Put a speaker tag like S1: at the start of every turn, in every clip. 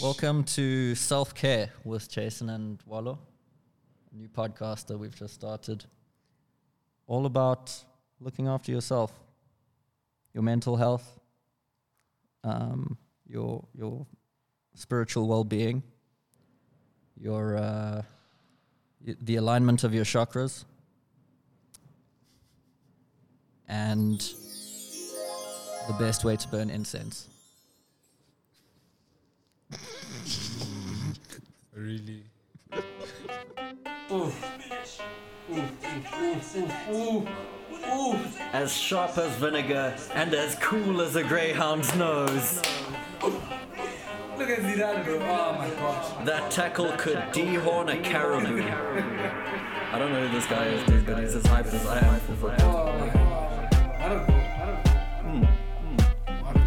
S1: Welcome to Self Care with Jason and Wallo, a new podcast that we've just started. All about looking after yourself, your mental health, um, your your spiritual well being, your uh, y- the alignment of your chakras, and the best way to burn incense.
S2: Really?
S3: as sharp as vinegar and as cool as a greyhound's nose.
S4: Look at Zidane, bro. Oh my god.
S3: That tackle could dehorn a caribou. I don't know who this guy is, dude, but he's as hyped as I am for football.
S4: Oh my god. I don't know. I don't know.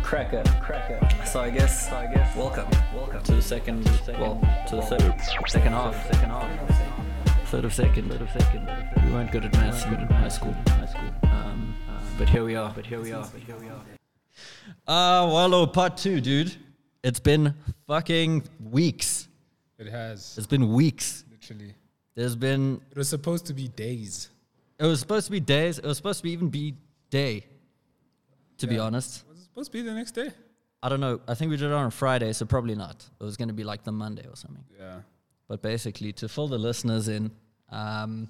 S3: Cracker, cracker. So I guess, I guess, welcome, welcome to the second, well, to the third, second half, second half, third of second, third of second. We weren't good at maths in high school, high school. Um, uh, but here we are, but here we are, but here we are.
S1: Ah, Wallow part two, dude. It's been fucking weeks.
S2: It has
S1: It's been weeks.
S2: literally.
S1: There's been.
S2: It was supposed to be days.
S1: It was supposed to be days. It was supposed to be even be day. To be honest,
S2: Was it supposed to be the next day?
S1: I don't know. I think we did it on a Friday, so probably not. It was going to be like the Monday or something.
S2: Yeah.
S1: But basically, to fill the listeners in, um,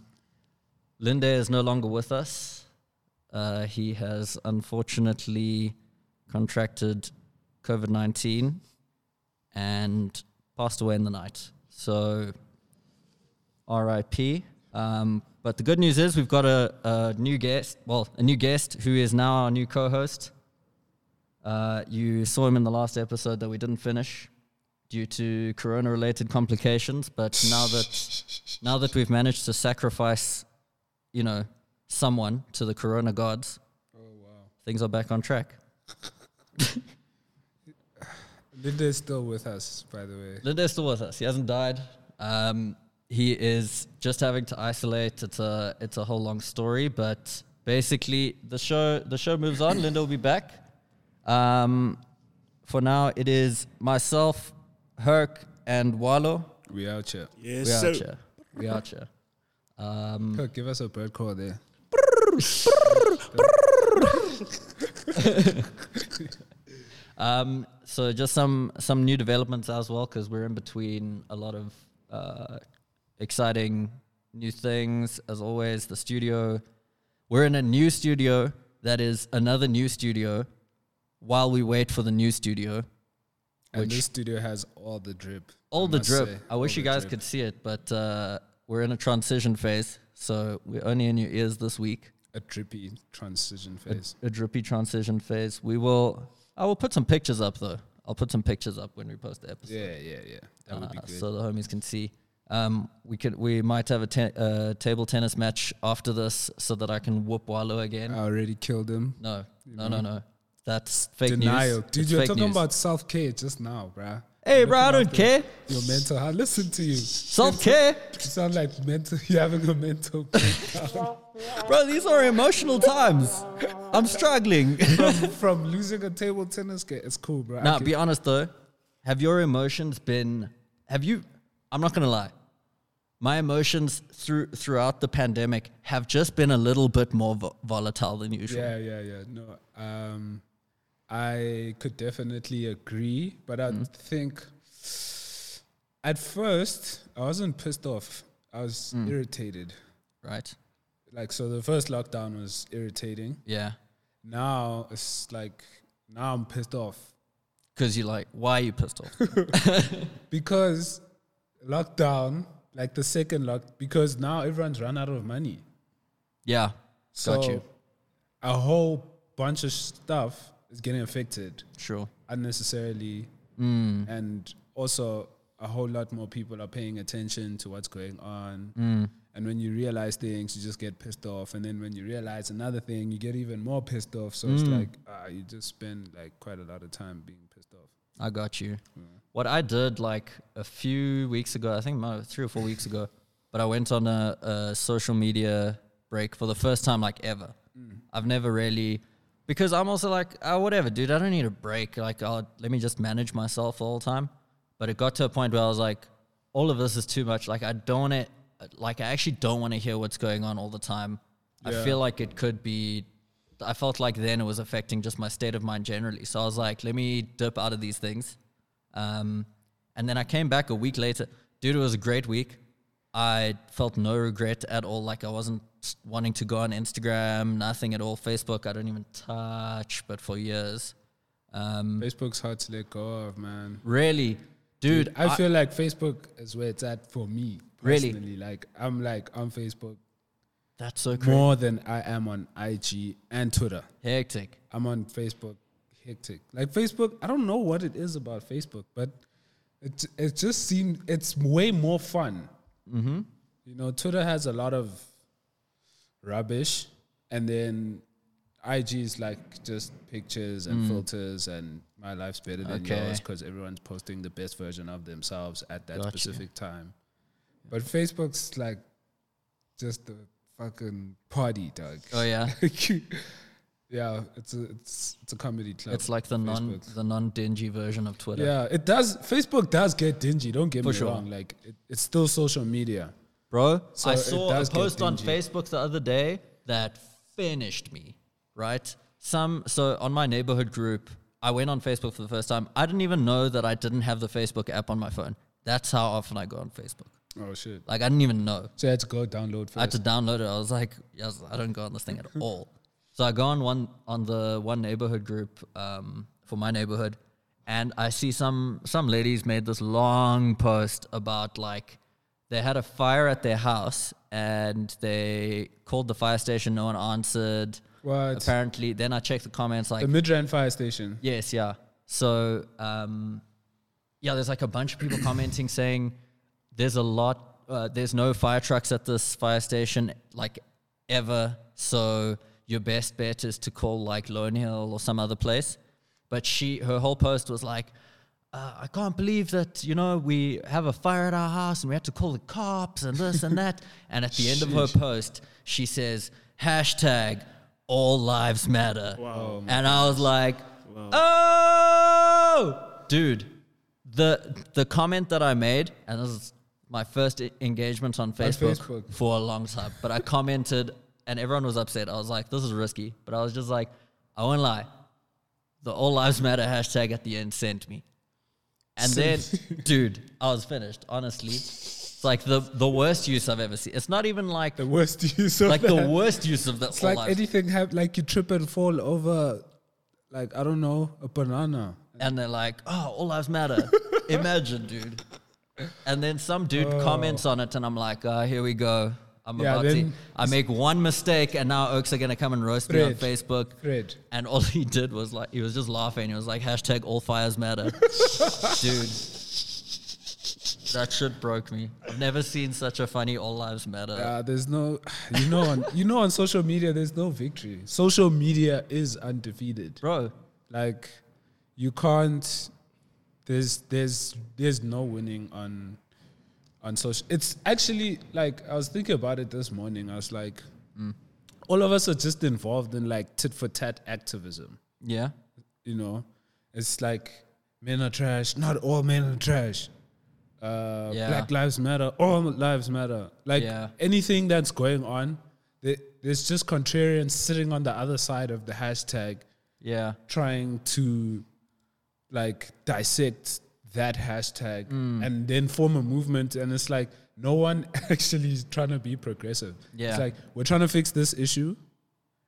S1: Linde is no longer with us. Uh, he has unfortunately contracted COVID 19 and passed away in the night. So, RIP. Um, but the good news is we've got a, a new guest, well, a new guest who is now our new co host. Uh, you saw him in the last episode that we didn't finish due to corona related complications, but now that now that we've managed to sacrifice, you know, someone to the corona gods,
S2: Oh wow.
S1: things are back on track.
S2: Linda is still with us, by the way.
S1: Linda's still with us. He hasn't died. Um, he is just having to isolate. It's a it's a whole long story, but basically the show the show moves on. Linda will be back. Um, for now, it is myself, Herc, and Wallo.
S2: We out here.
S1: We are here. We are here. Um,
S2: Kirk, give us a bird call there.
S1: Um, so just some some new developments as well because we're in between a lot of uh, exciting new things. As always, the studio. We're in a new studio that is another new studio. While we wait for the new studio,
S2: And this studio has all the drip.
S1: all
S2: I
S1: the
S2: must
S1: drip.
S2: say.
S1: I wish
S2: All
S1: you
S2: the
S1: guys
S2: drip.
S1: could see it, but uh, we're in a transition phase, so we're only in your ears this week.
S2: a drippy transition phase.
S1: a drippy transition phase. We will. I will put some pictures up though. I'll put some pictures up when we post the episode,
S2: Yeah, yeah, yeah. That would be
S1: uh,
S2: good.
S1: so the homies can see. Um, we could. We might have a ten, uh, table tennis match after this, so that I can whoop Wallow again.
S2: I already killed him.
S1: no, no, no, no. That's fake
S2: Denial.
S1: news.
S2: Dude,
S1: It's
S2: you're
S1: fake
S2: talking
S1: news.
S2: about self care just now, bruh.
S1: Hey,
S2: You're
S1: bro, I
S2: looking
S1: don't care.
S2: after Your mental health. Listen to you.
S1: Self care,
S2: You sound like mental. You're having a mental breakdown.
S1: bro. These are emotional times. I'm struggling.
S2: from, from losing a table tennis game. It's cool, bro. I
S1: Now,
S2: can-
S1: be honest though. Have your emotions been? Have you? I'm not gonna lie. My emotions through throughout the pandemic have just been a little bit more vo- volatile than usual.
S2: yeah, yeah, yeah. No, um, I could definitely agree, but I think at first I wasn't pissed off. I was irritated.
S1: Right.
S2: Like so, the first lockdown was irritating.
S1: Yeah.
S2: Now it's like now I'm pissed off
S1: Because you're like, why are you pissed off?
S2: because lockdown, like the second lock, because now everyone's run out of money.
S1: yeah.
S2: So
S1: Got you.
S2: a whole bunch of stuff is getting affected.
S1: Sure.
S2: unnecessarily,
S1: Mm.
S2: and also a whole lot more people are paying attention to what's going on.
S1: Mm.
S2: And when you realize things, you just get pissed off. And then when you realize another thing, you get even more pissed off. So
S1: Mm.
S2: it's like uh, you just spend like quite a lot of time being pissed off.
S1: I got you.
S2: Mm.
S1: What I did like a few weeks ago, I think no, three or four weeks ago, but I went on a, a social media break for the first time like ever.
S2: Mm.
S1: I've never really ah, because I'm also like, oh, whatever, dude. I don't need a break. Like, I'll, let me just manage myself the whole time. But it got to a point where I was like, all of this is too much. Like I don't want to, like I actually don't want to hear what's going on all the time. I
S2: Yeah.
S1: feel like it could be. I felt like then it was affecting just my state of mind generally. So I was like, let me dip out of these things. Um, and then I came back a week later. Dude, it was a great week. I felt no regret at all. Like I wasn't wanting to go on Instagram, nothing at all. Facebook, I don't even touch, but for years. Mm.
S2: Facebook's hard to let go of, man.
S1: Really, dude,
S2: I, feel like Facebook is where it's at for me
S1: Really?
S2: personally. Like I'm like on Facebook
S1: that's so crazy.
S2: more than I am on IG and Twitter.
S1: Hectic.
S2: I'm on Facebook hectic. Like Facebook, I don't know what it is about Facebook, but it it just seems it's way more fun. Mm-hmm. You know, Twitter has a lot of rubbish, and then IG is like just pictures and filters, and my life's better than
S1: Mm. Okay.
S2: yours because everyone's posting the best version of themselves at that
S1: Gotcha.
S2: specific time. But Facebook's like just the fucking party, dog.
S1: Oh yeah.
S2: yeah, it's a it's it's a comedy club.
S1: It's like the non
S2: Facebook.
S1: the non dingy version of Twitter.
S2: Yeah, it does. Facebook does get dingy. Don't get
S1: For
S2: me
S1: sure.
S2: wrong. Like it, it's still social media.
S1: Bro,
S2: So
S1: I
S2: it
S1: saw a
S2: does get
S1: post on
S2: dingy.
S1: Facebook the other day that finished me, right? Some so on my neighborhood group, I went on Facebook for the first time. I didn't even know that I didn't have the Facebook app on my phone. That's how often I go on Facebook.
S2: Oh shit!
S1: Like I didn't even know.
S2: So I had to go download
S1: I had to
S2: first.
S1: download it. I was like, I, was- I don't go on this thing at all. So I go on one on the one neighborhood group um, for my neighborhood, and I see some some ladies made this long post about like they had a fire at their house and they called the fire station. No one answered.
S2: What?
S1: Apparently, then I checked the comments like
S2: The Midrand fire station.
S1: Yes, yeah. So, um, yeah, there's like a bunch of people commenting saying there's a lot, uh, there's no fire trucks at this fire station, like ever. So, your best bet is to call like Lone Hill or some other place. But she, her whole post was like, uh, I can't believe that, you know, we have a fire at our house and we had to call the cops and this and that. And at the end of her post, she says, hashtag all lives matter. And I was like, oh, dude, the, the comment that I made, and this is my first e- engagement on Facebook,
S2: Facebook.
S1: for a long time, but I commented and everyone was upset. I was like, this is risky. But I was just like, I won't lie. The all lives matter hashtag at the end sent me. And then, dude, I was finished. Honestly, it's like the the worst use I've ever seen. It's not even like
S2: The worst use of
S1: like
S2: that.
S1: the worst use of the
S2: It's
S1: all
S2: like
S1: lives-
S2: anything have like you trip and fall over, like I don't know a banana.
S1: And they're like, "Oh, all lives matter." Imagine, dude. And then some dude comments on it, and I'm like, uh, "Here we go." I'm
S2: Oh. Yeah,
S1: about to.
S2: then-
S1: I make one mistake, and now Oaks are gonna come and roast me on
S2: Thread.
S1: Facebook.
S2: Thread.
S1: And all he did was like, he was just laughing. He was like, hashtag all fires matter. Dude. That shit broke me. I've never seen such a funny all lives matter.
S2: Uh, there's no, you know, on you know on social media there's no victory. Social media is undefeated.
S1: Bro,
S2: Like you can't there's there's there's no winning on on social it's actually like I was thinking about it this morning. I was like
S1: Mm.
S2: all of us are just involved in like tit for tat activism.
S1: yeah.
S2: You know? It's like men are trash, not all men are trash. Uh,
S1: Yeah.
S2: Black lives matter, all lives matter. Like
S1: Yeah.
S2: anything that's going on, there- there's just contrarians sitting on the other side of the hashtag
S1: Yeah.
S2: trying to like dissect that hashtag
S1: Mm.
S2: and then form a movement and it's like no one actually is trying to be progressive
S1: Yeah.
S2: it's like we're trying to fix this issue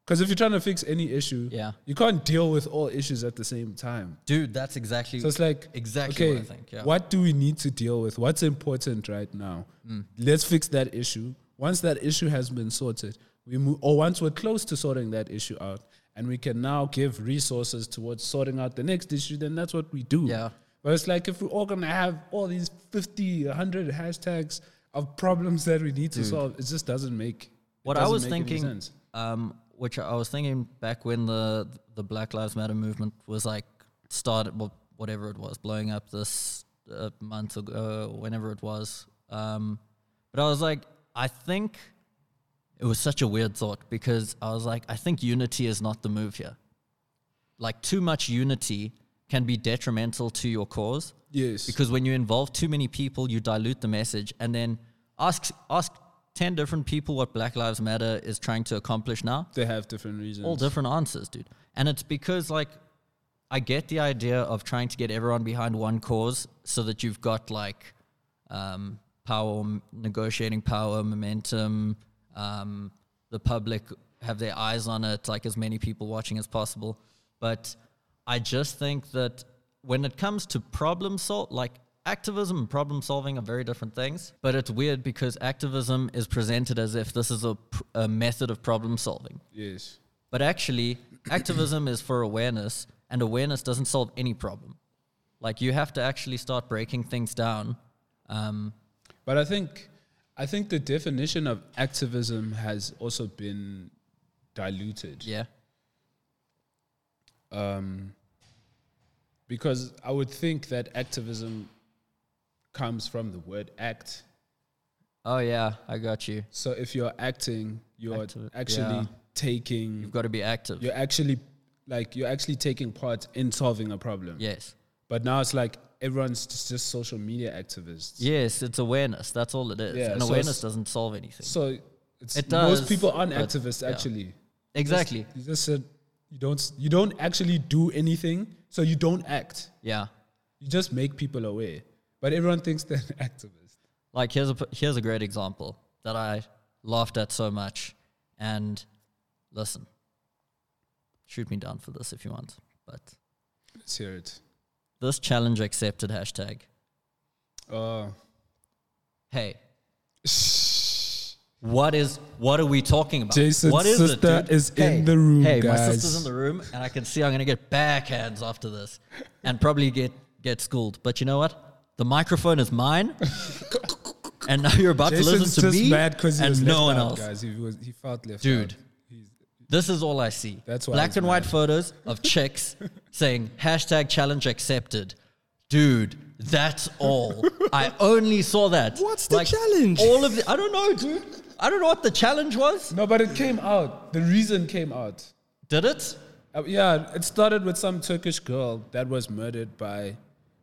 S2: because if you're trying to fix any issue
S1: Yeah.
S2: you can't deal with all issues at the same time
S1: Dude, that's exactly.
S2: so it's like
S1: Exactly what I think, yeah.
S2: what do we need to deal with what's important right now
S1: Mm.
S2: let's fix that issue once that issue has been sorted we move or once we're close to sorting that issue out and we can now give resources towards sorting out the next issue then that's what we do
S1: Yeah.
S2: but it's like if we're all gonna have all these 50 100 hashtags of problems that we need to solve it just doesn't make it
S1: what I
S2: doesn't
S1: was
S2: make any
S1: thinking,
S2: sense.
S1: um, which I was thinking back when the the Black Lives Matter movement was like started, well, whatever it was, blowing up this uh, month ago, uh, whenever it was. Um, but I was like, I think it was such a weird thought because I was like, I think unity is not the move here. Like too much unity can be detrimental to your cause
S2: Yes.
S1: because when you involve too many people, you dilute the message. And then ask ask ten different people what Black Lives Matter is trying to accomplish now.
S2: they have different reasons.
S1: All different answers, dude. And it's because like I get the idea of trying to get everyone behind one cause so that you've got like um, power, m- negotiating power, momentum. Um, the public have their eyes on it, like as many people watching as possible. But I just think that when it comes to problem solve, like activism and problem solving are very different things. But it's weird because activism is presented as if this is a, pr- a method of problem solving.
S2: Yes.
S1: But actually, activism is for awareness, and awareness doesn't solve any problem. Like you have to actually start breaking things down. Um,
S2: But I think I think the definition of activism has also been diluted.
S1: yeah,
S2: Um, because I would think that activism comes from the word act.
S1: Oh yeah, I got you.
S2: So if you're acting, you're
S1: Activi-
S2: actually
S1: yeah.
S2: taking
S1: You've got to be active.
S2: you're actually like you're actually taking part in solving a problem.
S1: Yes.
S2: But now it's like everyone's just, just social media activists.
S1: Yes, it's awareness. That's all it is.
S2: Yeah,
S1: and
S2: so
S1: awareness
S2: it's-
S1: doesn't solve anything.
S2: So it's
S1: It does,
S2: most people aren't
S1: but-
S2: activists
S1: yeah.
S2: actually.
S1: exactly.
S2: You just said you don't s- you don't actually do anything, so you don't act.
S1: Yeah.
S2: You just make people aware. But everyone thinks they're an activist.
S1: Like here's a p- here's a great example that I laughed at so much. And listen, shoot me down for this if you want. But
S2: Let's hear it.
S1: this challenge accepted hashtag.
S2: Oh.
S1: Hey, What is what are we talking about?
S2: Jason's
S1: what is it,
S2: sister
S1: dude?
S2: is in the room,
S1: Hey, my
S2: guys.
S1: sister's in the room, and I can see I'm gonna get backhands after this, and probably get get schooled. But you know what? The microphone is mine, and now you're about to
S2: Jason's
S1: listen to
S2: just
S1: me
S2: mad because he
S1: and
S2: was
S1: no
S2: left
S1: one
S2: out,
S1: else.
S2: guys. He was he felt left
S1: Dude.
S2: out. He's-
S1: This is all I see.
S2: That's why
S1: black
S2: he's
S1: and white
S2: mad.
S1: photos of chicks saying hashtag challenge accepted. Dude, that's all. I only saw that.
S5: What's the challenge?
S1: All of the, I don't know, dude. I don't know what the challenge was.
S2: No, but it came out. The reason came out.
S1: Did it?
S2: Uh, yeah, it started with some Turkish girl that was murdered by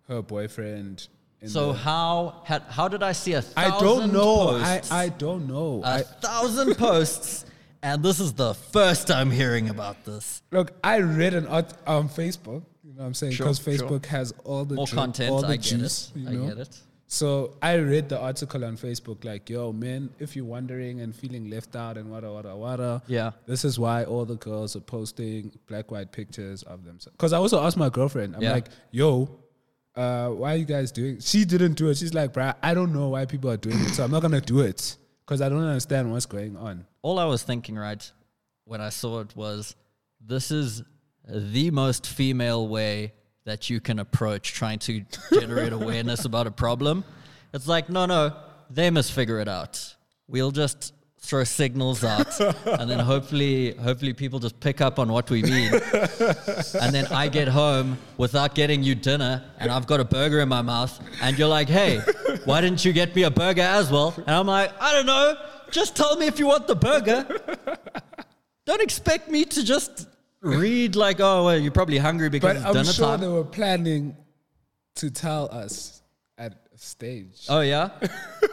S2: her boyfriend. In
S1: So
S2: the,
S1: how had, how did I see a
S2: I
S1: thousand
S2: don't know. I,
S1: Posts,
S2: I don't know.
S1: a
S2: I,
S1: thousand posts, and this is the first I'm hearing about this.
S2: Look, I read an art on Facebook. You know what I'm saying?
S1: Sure,
S2: Because
S1: sure.
S2: Facebook has all the
S1: More
S2: drip,
S1: content,
S2: all the
S1: I get
S2: juice.
S1: it.
S2: You
S1: I
S2: know?
S1: get it.
S2: So I read the article on Facebook like, yo, man, if you're wondering and feeling left out and wada, wada, wada,
S1: Yeah.
S2: this is why all the girls are posting black, white pictures of themselves. Because I also asked my girlfriend, I'm
S1: Yeah.
S2: like, yo, uh, why are you guys doing She didn't do it. She's like, bruh, I don't know why people are doing it. So I'm not going to do it because I don't understand what's going on.
S1: All I was thinking, right, when I saw it was, this is the most female way that you can approach trying to generate awareness about a problem. It's like, no, no, they must figure it out. We'll just throw signals out, and then hopefully, hopefully, people just pick up on what we mean. and then I get home without getting you dinner, and I've got a burger in my mouth, and you're like, "Hey, why didn't you get me a burger as well?" And I'm like, "I don't know. Just tell me if you want the burger. Don't expect me to just read like, oh, well, you're probably hungry because
S2: But
S1: it's
S2: I'm
S1: dinner
S2: sure
S1: time."
S2: they were planning to tell us at a stage.
S1: Oh yeah.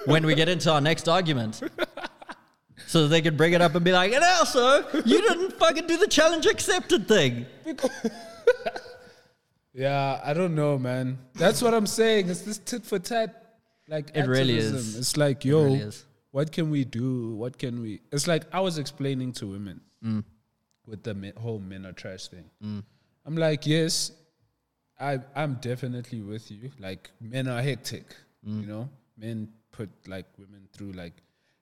S1: when we get into our next argument. So they could bring it up and be like, and also, you didn't fucking do the challenge accepted thing.
S2: Yeah, I don't know, man. That's what I'm saying. It's this tit for tat. Like
S1: It really
S2: activism.
S1: is.
S2: It's like, yo,
S1: really is.
S2: what can we do? What can we? It's like I was explaining to women
S1: Mm.
S2: with the men, whole men are trash thing. I'm like, yes, I I'm definitely with you. Like men are hectic,
S1: Mm.
S2: you know. Men put like women through like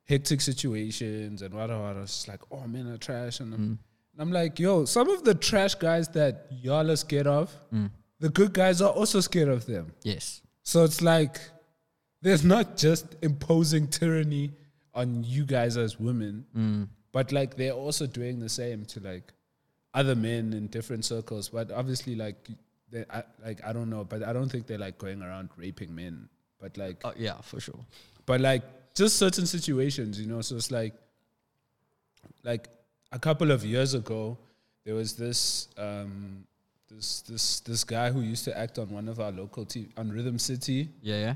S2: hectic situations and whatever. whatever. It's just like, oh, men are trash, and I'm,
S1: Mm.
S2: and I'm like, yo, some of the trash guys that y'all are scared of,
S1: Mm.
S2: the good guys are also scared of them.
S1: Yes.
S2: So it's like there's not just imposing tyranny on you guys as women, but like they're also doing the same to like other men in different circles. But obviously, like they, I, like I don't know, but I don't think they're like going around raping men. But like,
S1: Oh yeah, for sure.
S2: but like just certain situations, you know. So it's like, like a couple of years ago, there was this um, This this this guy who used to act on one of our local TV on Rhythm City,
S1: Yeah, yeah.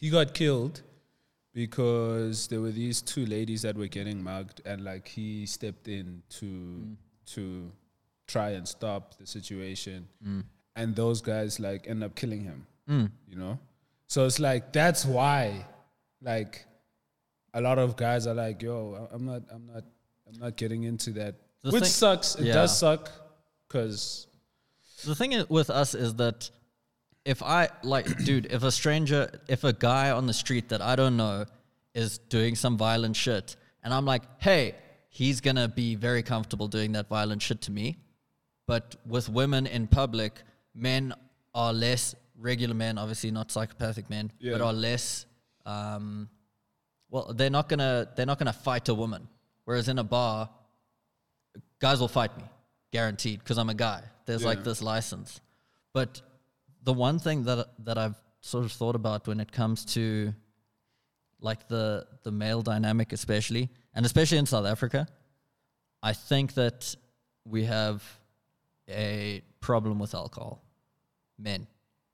S2: he got killed because there were these two ladies that were getting mugged and like he stepped in to
S1: Mm.
S2: to try and stop the situation
S1: Mm.
S2: and those guys like end up killing him you know so it's like that's why like a lot of guys are like yo I- i'm not i'm not i'm not getting into that
S1: The
S2: which
S1: thing-
S2: sucks it
S1: Yeah.
S2: does suck because
S1: The thing i- with us is that if I like, dude, if a stranger, if a guy on the street that I don't know is doing some violent shit, and I'm like, hey, he's gonna be very comfortable doing that violent shit to me. But with women in public, men are less regular men, obviously not psychopathic men,
S2: Yeah.
S1: but are less. Um, well, they're not gonna they're not gonna fight a woman. Whereas in a bar, guys will fight me, guaranteed, because I'm a guy. There's like
S2: Yeah.
S1: this license. But the one thing that that I've sort of thought about when it comes to like the the male dynamic, especially, and especially in South Africa, I think that we have a problem with alcohol, men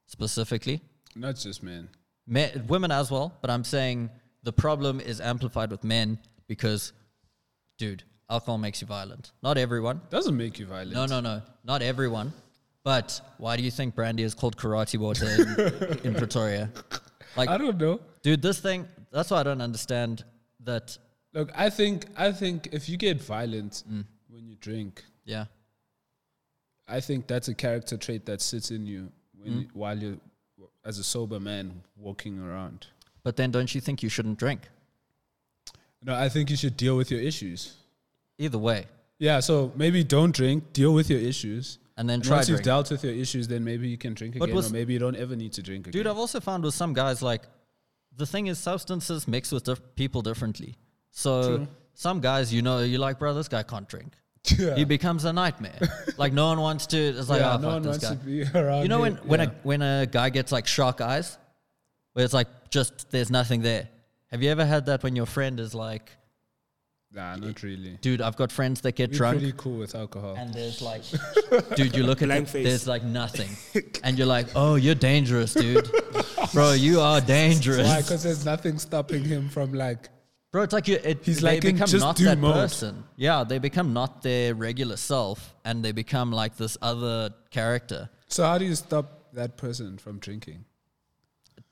S1: specifically
S2: not just men
S1: men, women as well, but I'm saying the problem is amplified with men because, dude, alcohol makes you violent. Not everyone.
S2: doesn't make you violent
S1: No, no, no. Not everyone. But why do you think brandy is called karate water in, in Pretoria?
S2: i
S1: Like,
S2: don't know
S1: dude, this thing, that's why I don't understand that.
S2: look i think i think if you get violent
S1: Mm.
S2: when you drink
S1: Yeah.
S2: I think that's a character trait that sits in you when
S1: Mm.
S2: while you as a sober man walking around.
S1: But then don't you think you shouldn't drink?
S2: No, I think you should deal with your issues.
S1: Either way.
S2: Yeah, so maybe don't drink, deal with your issues.
S1: And then
S2: And
S1: try
S2: once
S1: drink.
S2: you've dealt with your issues, then maybe you can drink
S1: But
S2: again, or
S1: was-
S2: maybe you don't ever need to drink again.
S1: Dude, I've also found with some guys, like, the thing is, substances mix with diff- people differently. So some guys, you know, you're like, bro, this guy can't drink.
S2: yeah,
S1: He becomes a nightmare. like, no one wants to. It's like,
S2: Yeah,
S1: oh,
S2: no
S1: fuck
S2: one
S1: this
S2: wants
S1: guy.
S2: to be around.
S1: you know, when,
S2: it.
S1: when, a,
S2: Yeah.
S1: when a guy gets like shark eyes, where it's like, just there's nothing there. Have you ever had that when your friend is like,
S2: nah, not really.
S1: dude, I've got friends that get
S2: We're
S1: drunk?
S2: pretty cool with alcohol.
S1: and there's like, dude, you look at
S5: Blank
S1: the,
S5: face.
S1: there's like nothing, and you're like, oh, you're dangerous, dude, bro, you are dangerous,
S2: Why? Because there's nothing stopping him from like.
S1: bro. It's like you, it,
S2: He's
S1: they
S2: like in
S1: become
S2: just
S1: not
S2: do
S1: that
S2: mode.
S1: person. Yeah, they become not their regular self, and they become like this other character,
S2: So how do you stop that person from drinking?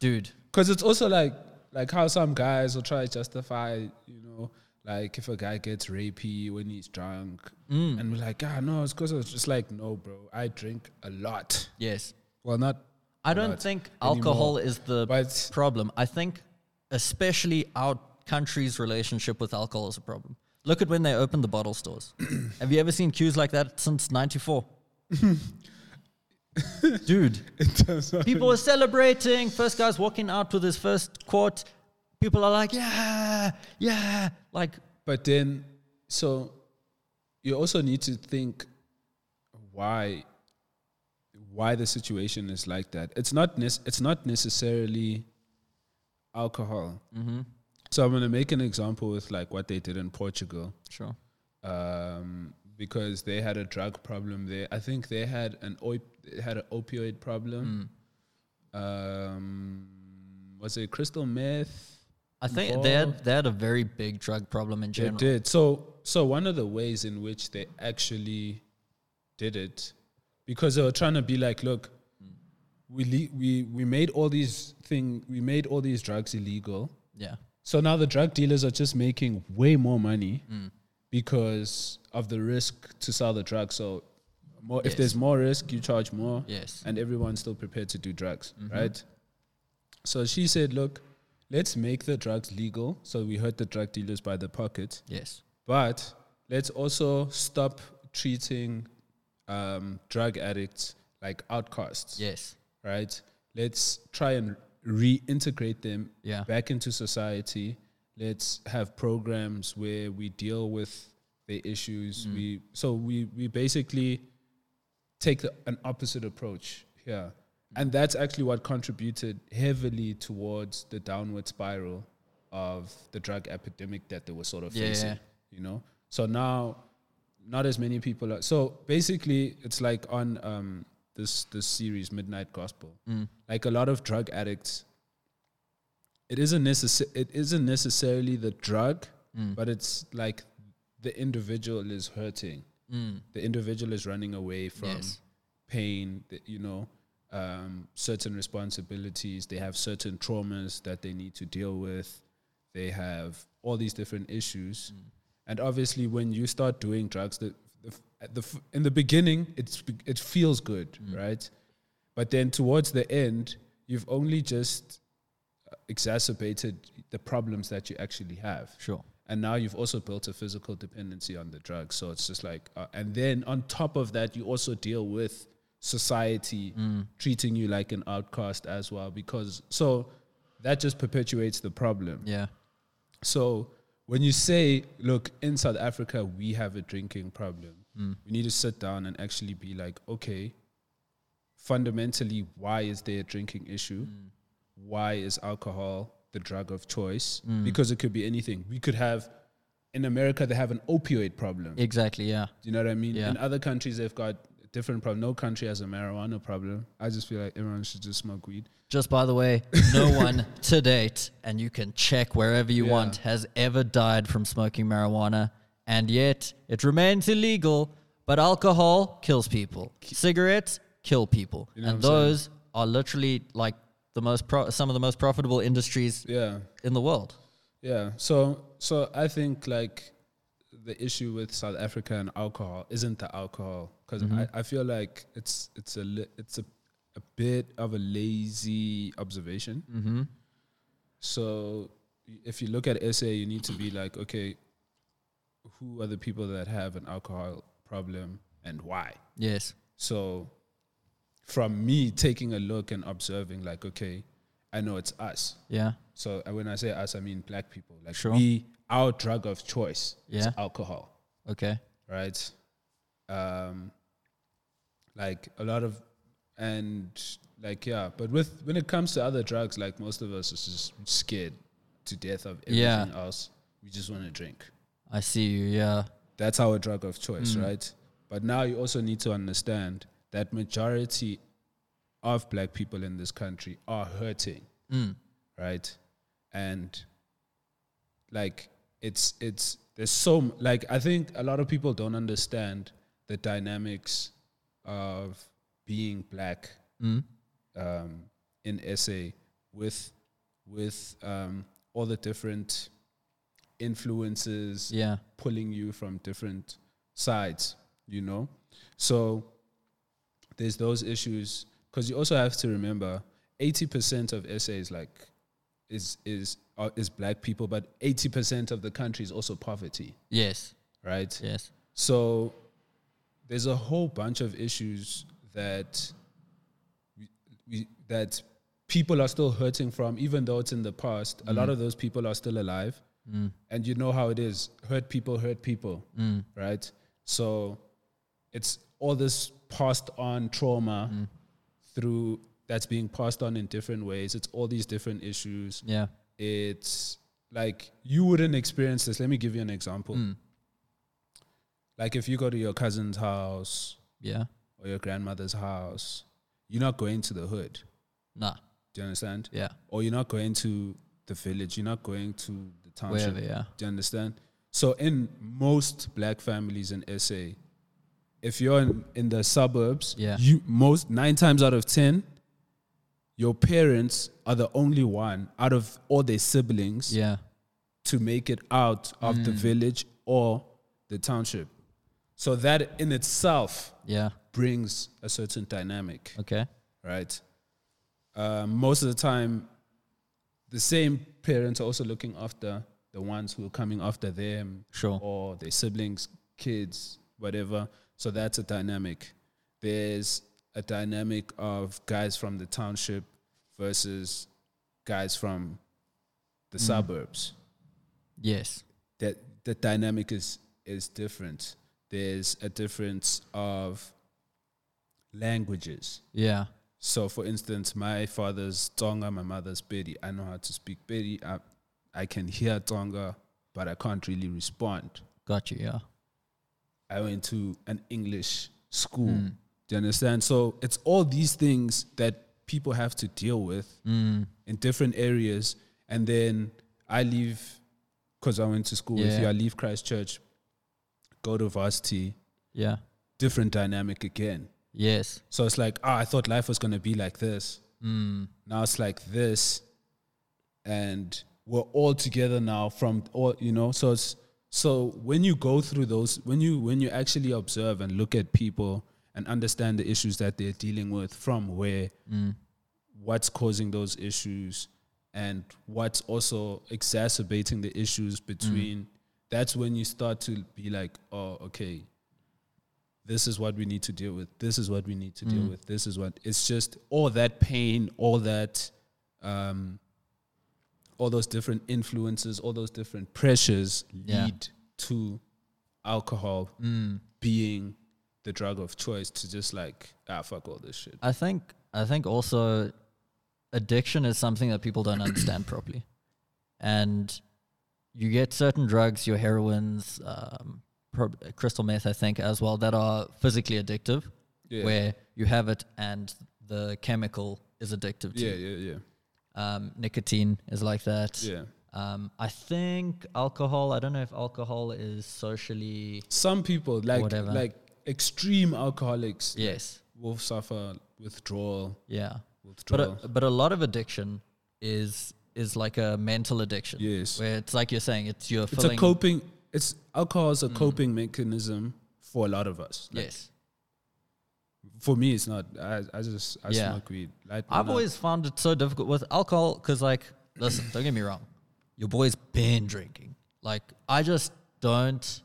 S1: dude.
S2: because it's also like like how some guys will try to justify you know like if a guy gets rapey when he's drunk and we're like ah no it's because it's just like no bro i drink a lot
S1: Yes,
S2: well not
S1: I don't
S2: lot
S1: think
S2: anymore,
S1: alcohol is the
S2: but-
S1: problem. I think, especially our country's relationship with alcohol is a problem. Look at when they opened the bottle stores. Have you ever seen queues like that since '94? Dude, people were celebrating. First guy's walking out with his first quart. People are like, yeah, yeah. Like,
S2: but then so you also need to think why why the situation is like that it's not nec- it's not necessarily alcohol so i'm going to make an example with like what they did in portugal
S1: sure.
S2: um, because they had a drug problem there. I think they had an op- they had an opioid problem. Um, was it crystal meth?
S1: I think they had, they had a very big drug problem in
S2: They
S1: general.
S2: did. So so one of the ways in which they actually did it, because they were trying to be like, look, we le- we we made all these thing, we made all these drugs illegal.
S1: Yeah.
S2: So now the drug dealers are just making way more money
S1: Mm.
S2: because of the risk to sell the drug. So more, if
S1: Yes.
S2: there's more risk, you charge more.
S1: Yes. Mm-hmm.
S2: And everyone's still prepared to do drugs, right? So she said, look, let's make the drugs legal. So we hurt the drug dealers by the pocket.
S1: Yes.
S2: But let's also stop treating um, drug addicts like outcasts
S1: Yes.
S2: right? Let's try and reintegrate them
S1: Yeah.
S2: back into society. Let's have programs where we deal with the issues. We so we we basically take the, an opposite approach here, and that's actually what contributed heavily towards the downward spiral of the drug epidemic that they were sort of
S1: Yeah, yeah.
S2: facing. You know, so now not as many people are. So basically, it's like on um, this this series Midnight Gospel.
S1: Mm.
S2: Like a lot of drug addicts, it isn't necess- it isn't necessarily the drug,
S1: Mm.
S2: but it's like the individual is hurting.
S1: Mm.
S2: The individual is running away from
S1: Yes.
S2: pain, that, you know, um, certain responsibilities. They have certain traumas that they need to deal with. They have all these different issues.
S1: Mm.
S2: And obviously, when you start doing drugs, the, the, f- at the f- in the beginning, it's, be- it feels good,
S1: Mm.
S2: right? But then towards the end, you've only just uh, exacerbated the problems that you actually have
S1: Sure.
S2: and now you've also built a physical dependency on the drug so it's just like uh, and then on top of that you also deal with society treating you like an outcast as well because so that just perpetuates the problem
S1: Yeah.
S2: so when you say look in south africa we have a drinking problem
S1: Hmm.
S2: we need to sit down and actually be like okay fundamentally why is there a drinking issue
S1: Hmm.
S2: why is alcohol the drug of choice
S1: Hmm.
S2: because it could be anything we could have in america they have an opioid problem
S1: Exactly. Yeah.
S2: do you know what I mean?
S1: Yeah.
S2: In other countries, they've got different problem. No country has a marijuana problem. I just feel like everyone should just smoke weed.
S1: Just by the way, no one to date, and you can check wherever you
S2: Yeah.
S1: want, has ever died from smoking marijuana. And yet, it remains illegal, but alcohol kills people. Cigarettes kill people.
S2: know
S1: and
S2: what I'm saying?
S1: those are literally like the most pro- some of the most profitable industries
S2: Yeah,
S1: in the world.
S2: yeah. So, so I think like the issue with South Africa and alcohol isn't the alcohol because I, I feel like it's it's a li- it's a a bit of a lazy observation.
S1: Mm-hmm.
S2: So if you look at SA, you need to be like, okay, who are the people that have an alcohol problem and why?
S1: Yes.
S2: So, from me taking a look and observing, like, okay, I know it's us.
S1: Yeah.
S2: So uh, when I say us, I mean black people. Like
S1: Sure.
S2: we, our drug of choice is
S1: Yeah.
S2: alcohol,
S1: Okay.
S2: right? Um, like a lot of, and like yeah, but with when it comes to other drugs, like most of us is just scared to death of everything
S1: Yeah.
S2: else. We just want to drink
S1: I see you. Yeah.
S2: that's our drug of choice,
S1: Mm.
S2: right? But now you also need to understand that majority of black people in this country are hurting,
S1: Mm.
S2: right? And like it's it's there's so m- like I think a lot of people don't understand the dynamics of being black
S1: Mm.
S2: um, in SA with with um, all the different influences
S1: Yeah.
S2: pulling you from different sides, you know? So there's those issues because you also have to remember 80% of SA is like is is uh, is black people, but 80% of the country is also poverty,
S1: Yes.
S2: right?
S1: Yes.
S2: So there's a whole bunch of issues that we, we that people are still hurting from, even though it's in the past. A lot of those people are still alive, and you know how it is: hurt people, hurt people, right? So it's all this passed on trauma through that's being passed on in different ways. It's all these different issues
S1: Yeah.
S2: it's like you wouldn't experience this. Let me give you an example.
S1: Hmm.
S2: Like if you go to your cousin's house
S1: Yeah.
S2: or your grandmother's house, you're not going to the hood.
S1: Nah.
S2: Do you understand?
S1: Yeah.
S2: Or you're not going to the village. You're not going to the township.
S1: Wherever. Yeah.
S2: Do you understand? So in most black families in SA, if you're in, in the suburbs,
S1: Yeah.
S2: you most nine times out of ten, your parents are the only one out of all their siblings
S1: Yeah.
S2: to make it out of the
S1: Mm.
S2: village or the township. So that in itself
S1: Yeah.
S2: brings a certain dynamic,
S1: Okay.
S2: right? Uh, most of the time, the same parents are also looking after the ones who are coming after them
S1: Sure.
S2: or their siblings, kids, whatever. So that's a dynamic. There's a dynamic of guys from the township versus guys from the
S1: Mm.
S2: suburbs
S1: Yes.
S2: that the dynamic is is different. There's a difference of languages.
S1: Yeah.
S2: So, for instance, my father's Tonga, my mother's Bedi. I know how to speak Bedi. I, I can hear Tonga, but I can't really respond.
S1: Got you. Yeah.
S2: I went to an English school, Do you understand? So it's all these things that people have to deal with in different areas. And then I leave, because I went to school with
S1: Yeah.
S2: you, I leave Christchurch, go to varsity,
S1: Yeah.
S2: different dynamic again.
S1: Yes.
S2: So it's like, ah, I thought life was going to be like this. Now it's like this. And we're all together now from all, you know, so it's, so when you go through those, when you, when you actually observe and look at people and understand the issues that they're dealing with from where, what's causing those issues and what's also exacerbating the issues between, that's when you start to be like, oh, okay, this is what we need to deal with this is what we need to
S1: Mm.
S2: deal with this is what it's just all that pain all that um all those different influences all those different pressures
S1: Yeah. Mm.
S2: lead to alcohol being the drug of choice to just like ah fuck all this shit
S1: I think I think also addiction is something that people don't understand properly, and you get certain drugs, your heroines, um, prob- crystal meth, I think, as well, that are physically addictive,
S2: Yeah.
S1: where you have it and the chemical is addictive to
S2: yeah
S1: you.
S2: yeah
S1: Um, nicotine is like that.
S2: yeah yeah
S1: Um, I think alcohol. I don't know if alcohol is socially.
S2: some people like
S1: Whatever.
S2: like extreme alcoholics
S1: Yes.
S2: will suffer withdrawal
S1: Yeah. But uh,
S2: withdrawal
S1: a, but a lot of addiction is is like a mental addiction.
S2: Yes.
S1: Where it's like you're saying it's your
S2: it's a coping it's alcohol
S1: Mm.
S2: is a coping mechanism for a lot of us Like,
S1: Yes.
S2: for me it's not i, I just i
S1: Yeah.
S2: smoke weed Light
S1: I've
S2: one up.
S1: always found it so difficult with alcohol because, like, listen, don't get me wrong, your boy's been drinking. Like, I just don't,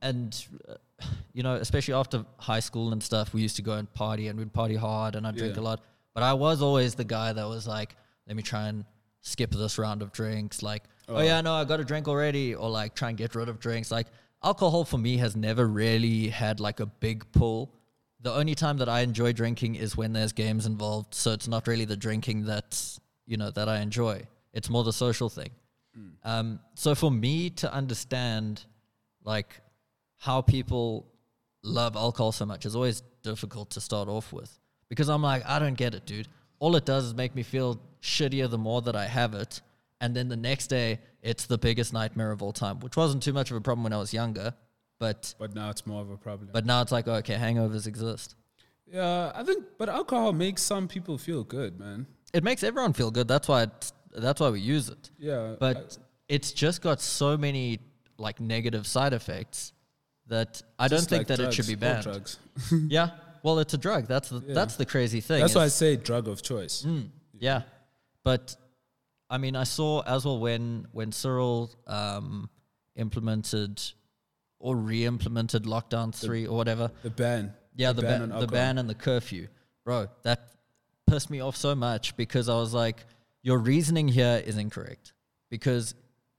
S1: and uh, you know, especially after high school and stuff, we used to go and party and we'd party hard and I would drink
S2: Yeah.
S1: a lot. But I was always the guy that was like, let me try and skip this round of drinks. Like, oh, yeah, no, I got a drink already, or like try and get rid of drinks. Like, alcohol for me has never really had like a big pull the only time that I enjoy drinking is when there's games involved. So it's not really the drinking that's you know that I enjoy. It's more the social thing. Um, so for me to understand like how people love alcohol so much is always difficult to start off with because I'm like I don't get it, dude. All it does is make me feel shittier the more that I have it. And then the next day, it's the biggest nightmare of all time, which wasn't too much of a problem when I was younger. But
S2: but now it's more of a problem
S1: but now it's like, okay, hangovers exist.
S2: yeah i think but alcohol makes some people feel good man
S1: it makes everyone feel good. That's why it's, that's why we use it.
S2: yeah
S1: But
S2: I-
S1: it's just got so many like negative side effects that I don't
S2: just
S1: think
S2: like
S1: that it
S2: drugs,
S1: should be
S2: all
S1: banned.
S2: drugs.
S1: yeah. Well, it's a drug. That's the that's the crazy thing.
S2: that's why i
S1: is- Mm.
S2: say drug of choice
S1: yeah. But I mean, I saw as well when when Cyril um, implemented or re-implemented lockdown three or whatever.
S2: the ban
S1: Yeah, the,
S2: on
S1: ban, the
S2: alcohol.
S1: ban and the curfew, bro. That pissed me off so much because I was like, your reasoning here is incorrect because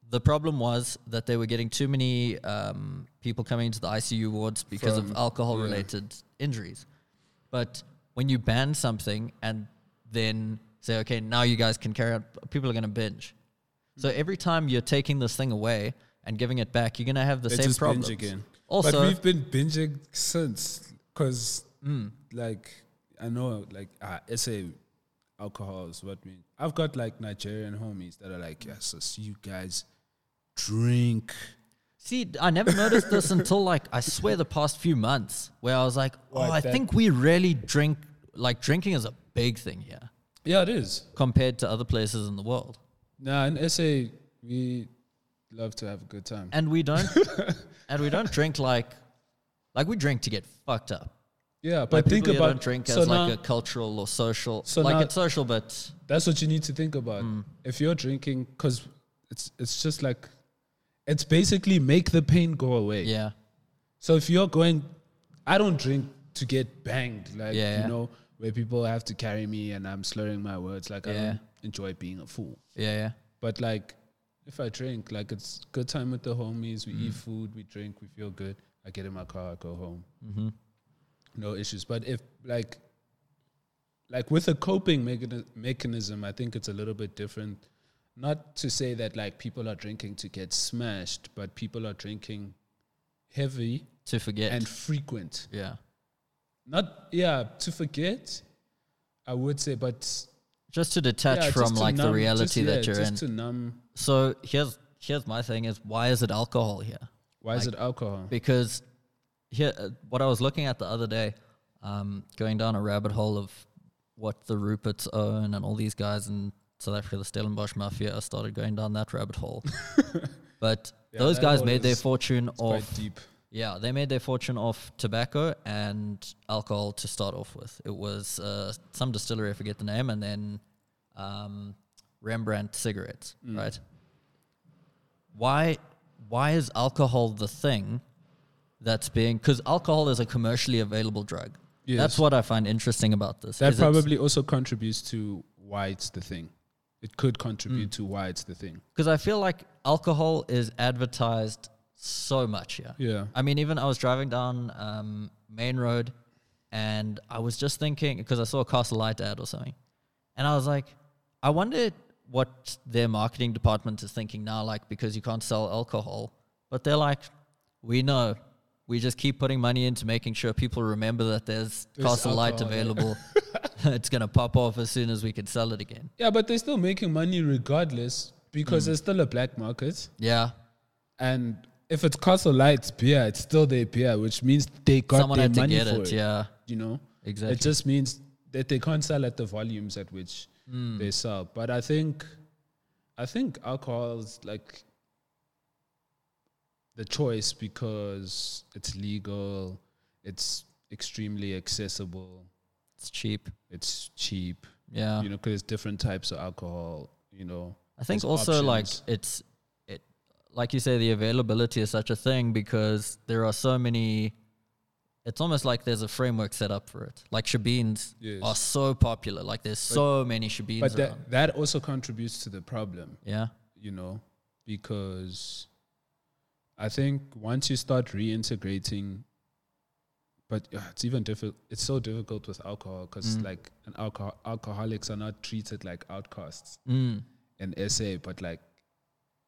S1: the problem was that they were getting too many um, people coming into the ICU wards because
S2: From-
S1: of alcohol-related injuries. But when you ban something and then say, okay, now you guys can carry out, people are going to binge. So every time you're taking this thing away and giving it back, you're going to have the
S2: They
S1: same
S2: just
S1: problem.
S2: binge again
S1: Also,
S2: but we've been binging since because like i know like ah, sa alcohol is what me i've got like nigerian homies that are like yes sis, you guys drink
S1: See, I never noticed this until like I swear the past few months, where I was like, "Oh,
S2: Like
S1: I
S2: that-
S1: think we really drink. Like drinking is a big thing here
S2: yeah it is
S1: compared to other places in the world,
S2: Nah, in SA, we love to have a good time.
S1: and we don't, and we don't drink like, like we drink to get fucked up.
S2: yeah, but
S1: Like,
S2: think
S1: people here
S2: about
S1: don't drink
S2: so
S1: as
S2: now,
S1: like a cultural or social.
S2: so
S1: like
S2: now-
S1: it's social, but
S2: that's what you need to think about.
S1: Mm.
S2: If you're drinking, because it's it's just like it's basically make the pain go away.
S1: yeah,
S2: So if you're going, I don't drink to get banged, like
S1: Yeah, yeah.
S2: you know, where people have to carry me and I'm slurring my words. Like I
S1: Yeah.
S2: don't enjoy being a fool.
S1: yeah, yeah,
S2: But like, if I drink, like it's good time with the homies. We
S1: Mm.
S2: eat food, we drink, we feel good. I get in my car, I go home.
S1: Mm-hmm.
S2: No issues. But if like, like with a coping mechani- mechanism, I think it's a little bit different. Not to say that like people are drinking to get smashed, but people are drinking heavy
S1: to forget.
S2: and frequent.
S1: yeah,
S2: Not yeah, to forget, I would say, but
S1: Just to detach
S2: yeah,
S1: from
S2: just to
S1: like the
S2: numb-
S1: reality
S2: just, yeah,
S1: that you're
S2: just
S1: in.
S2: to numb.
S1: so here's here's my thing is why is it alcohol here?
S2: Why is it alcohol?
S1: because here uh, what I was looking at the other day, um, going down a rabbit hole of what the Ruperts own and all these guys in South Africa, the Stellenbosch Mafia. I started going down that rabbit hole, but those
S2: that
S1: guys
S2: hole
S1: made their
S2: is-
S1: fortune
S2: Quite
S1: off
S2: deep.
S1: yeah, they made their fortune off tobacco and alcohol to start off with. It was uh, some distillery, I forget the name, and then um, Rembrandt cigarettes, right? Why, why is alcohol the thing that's being? Because alcohol is a commercially available drug. That's
S2: Yes.
S1: what I find interesting about this.
S2: That
S1: is it's-
S2: probably also contributes to why it's the thing. It could contribute
S1: Mm.
S2: to why it's the thing.
S1: because I feel like alcohol is advertised so much here.
S2: Yeah.
S1: I mean, even I was driving down um, Main Road, and I was just thinking because I saw a Castle Light ad or something, and I was like, I wonder what their marketing department is thinking now, like because you can't sell alcohol, but they're like, we know. We just keep putting money into making sure people remember that there's,
S2: There's
S1: Castle Light
S2: alcohol,
S1: available. it's going to pop off as soon as we can sell it again.
S2: Yeah, but they're still making money regardless
S1: Mm.
S2: because there's still a black market.
S1: Yeah.
S2: And if it's Castle Light's beer, it's still their beer, which means they got
S1: Someone
S2: their
S1: had to
S2: money
S1: get
S2: for
S1: it. Yeah.
S2: You know,
S1: Exactly.
S2: It just means that they can't sell at the volumes at which
S1: Hmm.
S2: they sell. But I think, I think alcohol's like the choice because it's legal, it's extremely accessible,
S1: It's cheap.
S2: it's cheap.
S1: Yeah.
S2: you know, because different types of alcohol. You know,
S1: I think
S2: there's
S1: also like
S2: options.
S1: it's it like you say the availability is such a thing because there are so many it's almost like there's a framework set up for it. Like Shabins
S2: Yes.
S1: are so popular. Like there's so many Shabins
S2: but
S1: around.
S2: that that also contributes to the problem.
S1: yeah.
S2: you know, because I think once you start reintegrating, but uh, it's even difficult. It's so difficult with alcohol because
S1: Mm.
S2: like an alcohol alcoholics are not treated like outcasts
S1: Mm.
S2: in SA, but like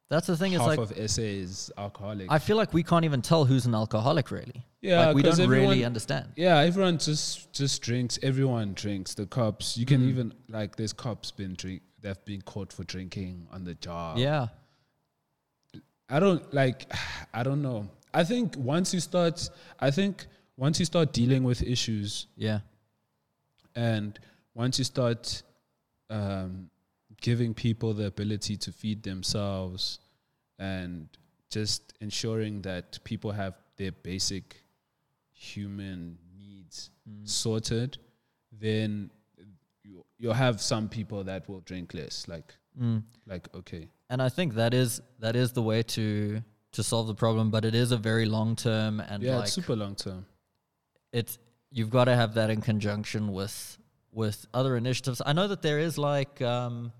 S1: That's the thing, it's
S2: half
S1: like
S2: of SA is alcoholic.
S1: I feel like we can't even tell who's an alcoholic really.
S2: Yeah,
S1: Like we
S2: 'cause
S1: don't really
S2: everyone-
S1: understand.
S2: yeah, everyone just just drinks. Everyone drinks. The cops. You can
S1: Mm.
S2: even like there's cops been drink. They've been caught for drinking on the job.
S1: Yeah.
S2: I don't like I don't know. I think once you start I think once you start dealing with issues
S1: Yeah.
S2: and once you start um, giving people the ability to feed themselves and just ensuring that people have their basic human needs
S1: Mm.
S2: sorted, then you, you'll have some people that will drink less. Like,
S1: Mm.
S2: like okay,
S1: and I think that is that is the way to to solve the problem, but it is a very long term and
S2: yeah,
S1: like
S2: it's super long term.
S1: it's you've got to have that in conjunction with with other initiatives. I know that there is like um,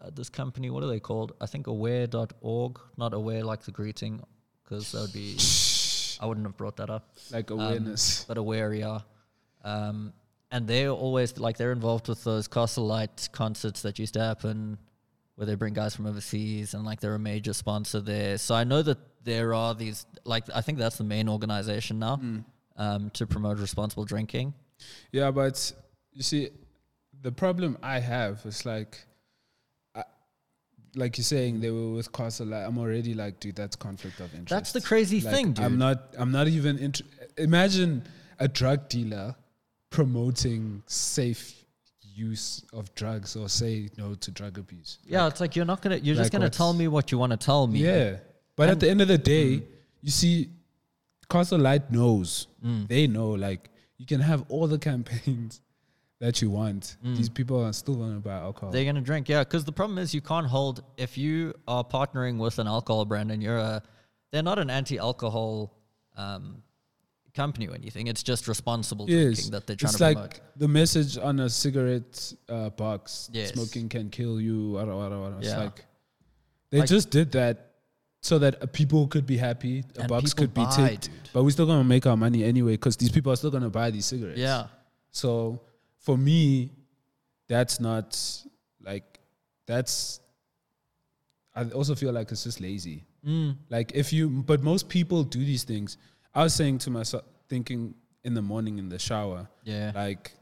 S1: uh, this company. What are they called? I think aware.org, not aware like the greeting, because that would be I wouldn't have brought that up,
S2: Like awareness.
S1: but aware yeah. Um, and they're always like they're involved with those Castle Light concerts that used to happen, where they bring guys from overseas and like they're a major sponsor there. So I know that there are these like I think that's the main organization now um, to promote responsible drinking.
S2: Yeah, but you see, the problem I have is like, I, like you're saying, they were with Castle. Like, I'm already like, dude, that's conflict of interest.
S1: That's the crazy
S2: Like,
S1: thing, dude.
S2: I'm not. I'm not even. Int- imagine a drug dealer promoting safe use of drugs or say no to drug abuse.
S1: yeah, it's like you're not gonna. You're just
S2: like
S1: gonna
S2: what's-
S1: tell me what you want to tell me.
S2: Yeah. But at the end of the day,
S1: Mm-hmm.
S2: you see, Castle Light knows.
S1: Mm.
S2: They know, like, you can have all the campaigns that you want.
S1: Mm.
S2: These people are still going to buy alcohol.
S1: They're gonna drink, yeah. Because the problem is you can't hold if you are partnering with an alcohol brand and you're a, they're not an anti-alcohol um, company or anything. It's just responsible drinking that they're trying
S2: it's
S1: to
S2: like
S1: promote.
S2: the message on a cigarette uh, box
S1: Yes.
S2: smoking can kill you. Wada, wada, wada. It's
S1: Yeah.
S2: like, they
S1: Like-
S2: just did that so that uh, people could be happy, a
S1: And
S2: box
S1: people
S2: could be
S1: buy,
S2: ticked.
S1: dude.
S2: But we're still going to make our money anyway because these people are still going to buy these cigarettes.
S1: Yeah,
S2: So for me, that's not like that's. I also feel like it's just lazy.
S1: Mm.
S2: Like if you, but most people do these things. I was saying to myself, thinking in the morning in the shower.
S1: Yeah.
S2: Like,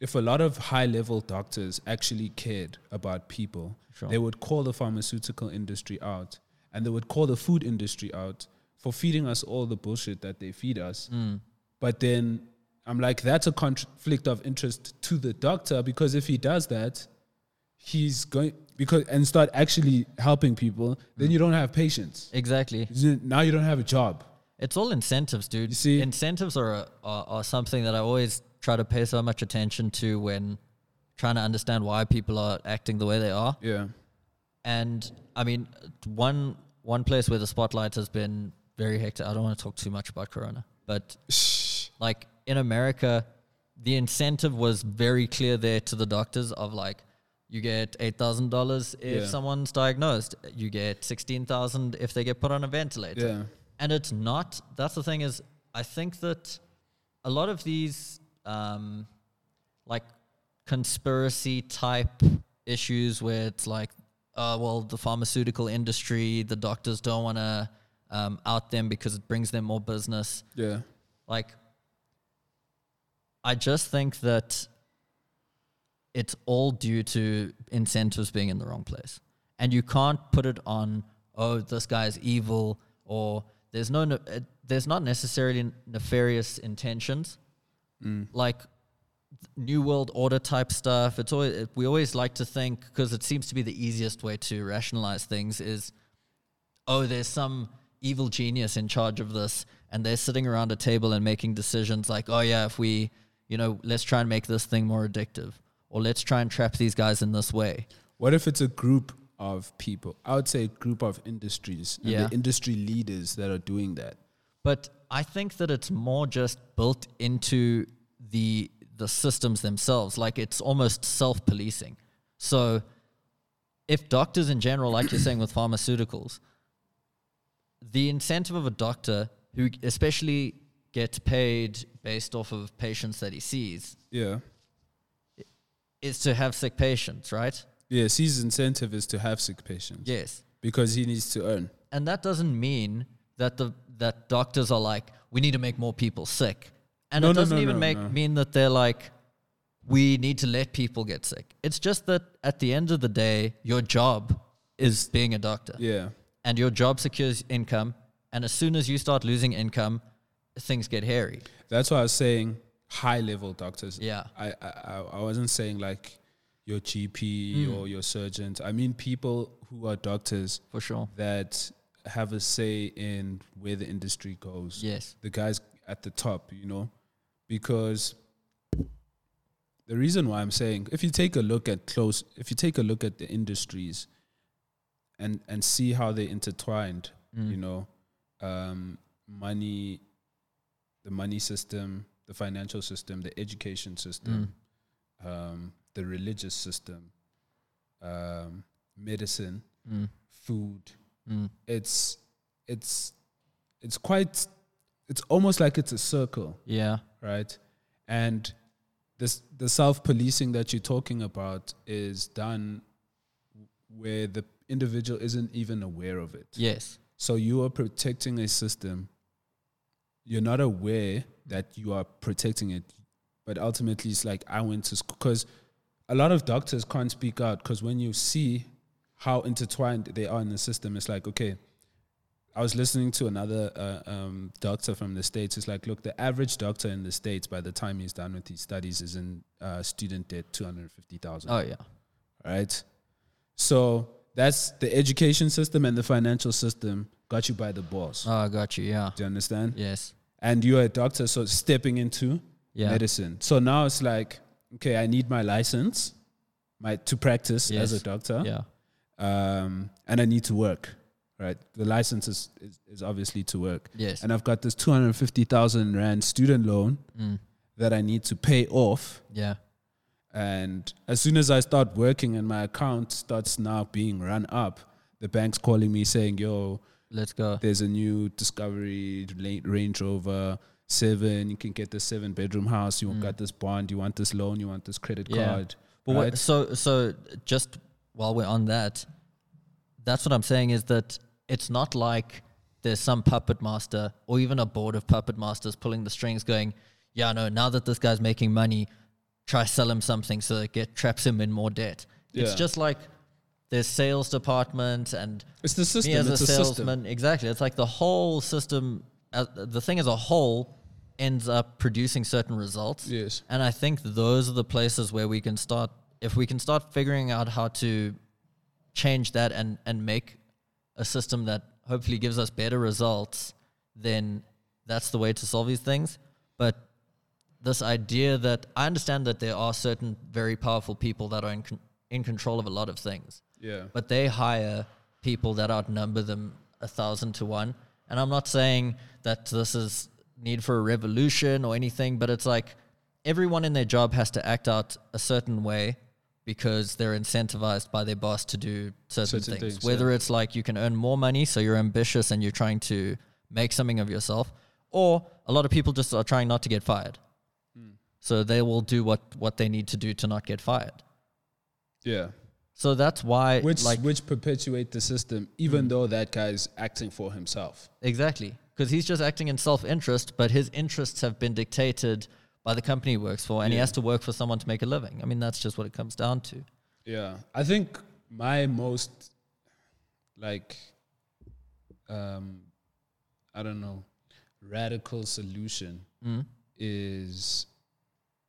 S2: if a lot of high level doctors actually cared about people,
S1: Sure.
S2: they would call the pharmaceutical industry out and they would call the food industry out for feeding us all the bullshit that they feed us. But then I'm like, that's a conflict of interest to the doctor because if he does that, he's going because and start actually helping people, then you don't have patients.
S1: Exactly.
S2: Now you don't have a job.
S1: It's all incentives, dude.
S2: You see-
S1: incentives are, a- are are something that I always try to pay so much attention to when trying to understand why people are acting the way they are.
S2: Yeah.
S1: And I mean, one one place where the spotlight has been very hectic. I don't want to talk too much about Corona, but like in America, the incentive was very clear there to the doctors of like, you get eight thousand dollars if
S2: Yeah.
S1: someone's diagnosed. You get sixteen thousand if they get put on a ventilator.
S2: Yeah.
S1: And it's not. That's the thing is, I think that a lot of these um, like conspiracy type issues where it's like, uh, well, the pharmaceutical industry, the doctors don't want to um, out them because it brings them more business.
S2: Yeah.
S1: Like, I just think that it's all due to incentives being in the wrong place. And you can't put it on, oh, this guy's evil, or there's no, ne- uh, there's not necessarily nefarious intentions. Like New World Order type stuff. It's always, it, we always like to think, because it seems to be the easiest way to rationalize things, is oh, there's some evil genius in charge of this, and they're sitting around a table and making decisions like, oh, yeah, if we, you know, let's try and make this thing more addictive, or let's try and trap these guys in this way.
S2: What if it's a group of people? I would say a group of industries and
S1: Yeah.
S2: the industry leaders that are doing that.
S1: But I think that it's more just built into the the systems themselves. Like it's almost self policing. So if doctors in general, like you're saying with pharmaceuticals, the incentive of a doctor who especially gets paid based off of patients that he sees
S2: Yeah.
S1: is to have sick patients, right?
S2: Yes, his incentive is to have sick patients
S1: Yes.
S2: because he needs to earn.
S1: and that doesn't mean that the that doctors are like we need to make more people sick and
S2: No,
S1: it
S2: no,
S1: doesn't
S2: no,
S1: even
S2: no,
S1: make
S2: no.
S1: mean that they're like we need to let people get sick it's just that at the end of the day your job is being a doctor
S2: Yeah.
S1: and your job secures income and as soon as you start losing income things get hairy
S2: That's why I was saying high level doctors.
S1: Yeah.
S2: I, I, I- I wasn't saying like your GP or your surgeons. I mean people who are doctors
S1: for sure
S2: that have a say in where the industry goes.
S1: yes
S2: the guys at the top, you know, because the reason why I'm saying, if you take a look at close, if you take a look at the industries, and and see how they intertwined, you know, um, money, the money system, the financial system, the education system, um, the religious system, um, medicine, food. It's it's it's quite it's almost like it's a circle,
S1: yeah
S2: right? And this the self policing that you're talking about is done where the individual isn't even aware of it.
S1: yes
S2: So you are protecting a system. You're not aware that you are protecting it, but ultimately it's like I went to school because a lot of doctors can't speak out because when you see how intertwined they are in the system, it's like okay. I was listening to another uh, um, doctor from the states. It's like, look, the average doctor in the states by the time he's done with his studies is in uh, student debt two hundred fifty thousand
S1: oh yeah
S2: right? So that's the education system and the financial system got you by the balls.
S1: oh i got you yeah
S2: Do you understand?
S1: yes
S2: And you're a doctor, so stepping into
S1: Yeah.
S2: medicine. So now it's like, okay, I need my license, my to practice
S1: Yes.
S2: as a doctor,
S1: yeah
S2: um, and I need to work. Right, the license is, is, is obviously to work.
S1: Yes.
S2: and I've got this two hundred fifty thousand rand student loan
S1: Mm.
S2: that I need to pay off.
S1: yeah
S2: And as soon as I start working and my account starts now being run up, the bank's calling me saying, yo,
S1: let's go
S2: there's a new Discovery La- Range Rover 7. You can get this seven bedroom house. You got this bond. You want this loan. You want this credit card.
S1: Hmm. But
S2: right?
S1: what, so so just while we're on that, that's what I'm saying is that it's not like there's some puppet master or even a board of puppet masters pulling the strings, going, yeah, no, now that this guy's making money, try sell him something so it get traps him in more debt. It's
S2: Yeah.
S1: just like there's sales department and
S2: It's the system.
S1: me as
S2: it's
S1: a
S2: a
S1: salesman, exactly. It's like the whole system, uh, the thing as a whole, ends up producing certain results.
S2: Yes.
S1: and I think those are the places where we can start. If we can start figuring out how to change that and and make a system that hopefully gives us better results, then that's the way to solve these things. But this idea that I understand that there are certain very powerful people that are in, con- in control of a lot of things
S2: Yeah.
S1: but they hire people that outnumber them a thousand to one. And I'm not saying that this is need for a revolution or anything, but it's like everyone in their job has to act out a certain way because they're incentivized by their boss to do certain,
S2: Certain
S1: things.
S2: things,
S1: Whether it's like you can earn more money, so you're ambitious and you're trying to make something of yourself, or a lot of people just are trying not to get fired. So they will do what, what they need to do to not get fired.
S2: yeah.
S1: So that's why
S2: Which
S1: like Hmm.
S2: which perpetuate the system, even though that guy's acting for himself.
S1: Exactly. Because he's just acting in self interest, but his interests have been dictated by the company he works for, and he has to work for someone to make a living. I mean, that's just what it comes down to.
S2: Yeah. I think my most like um I don't know radical solution is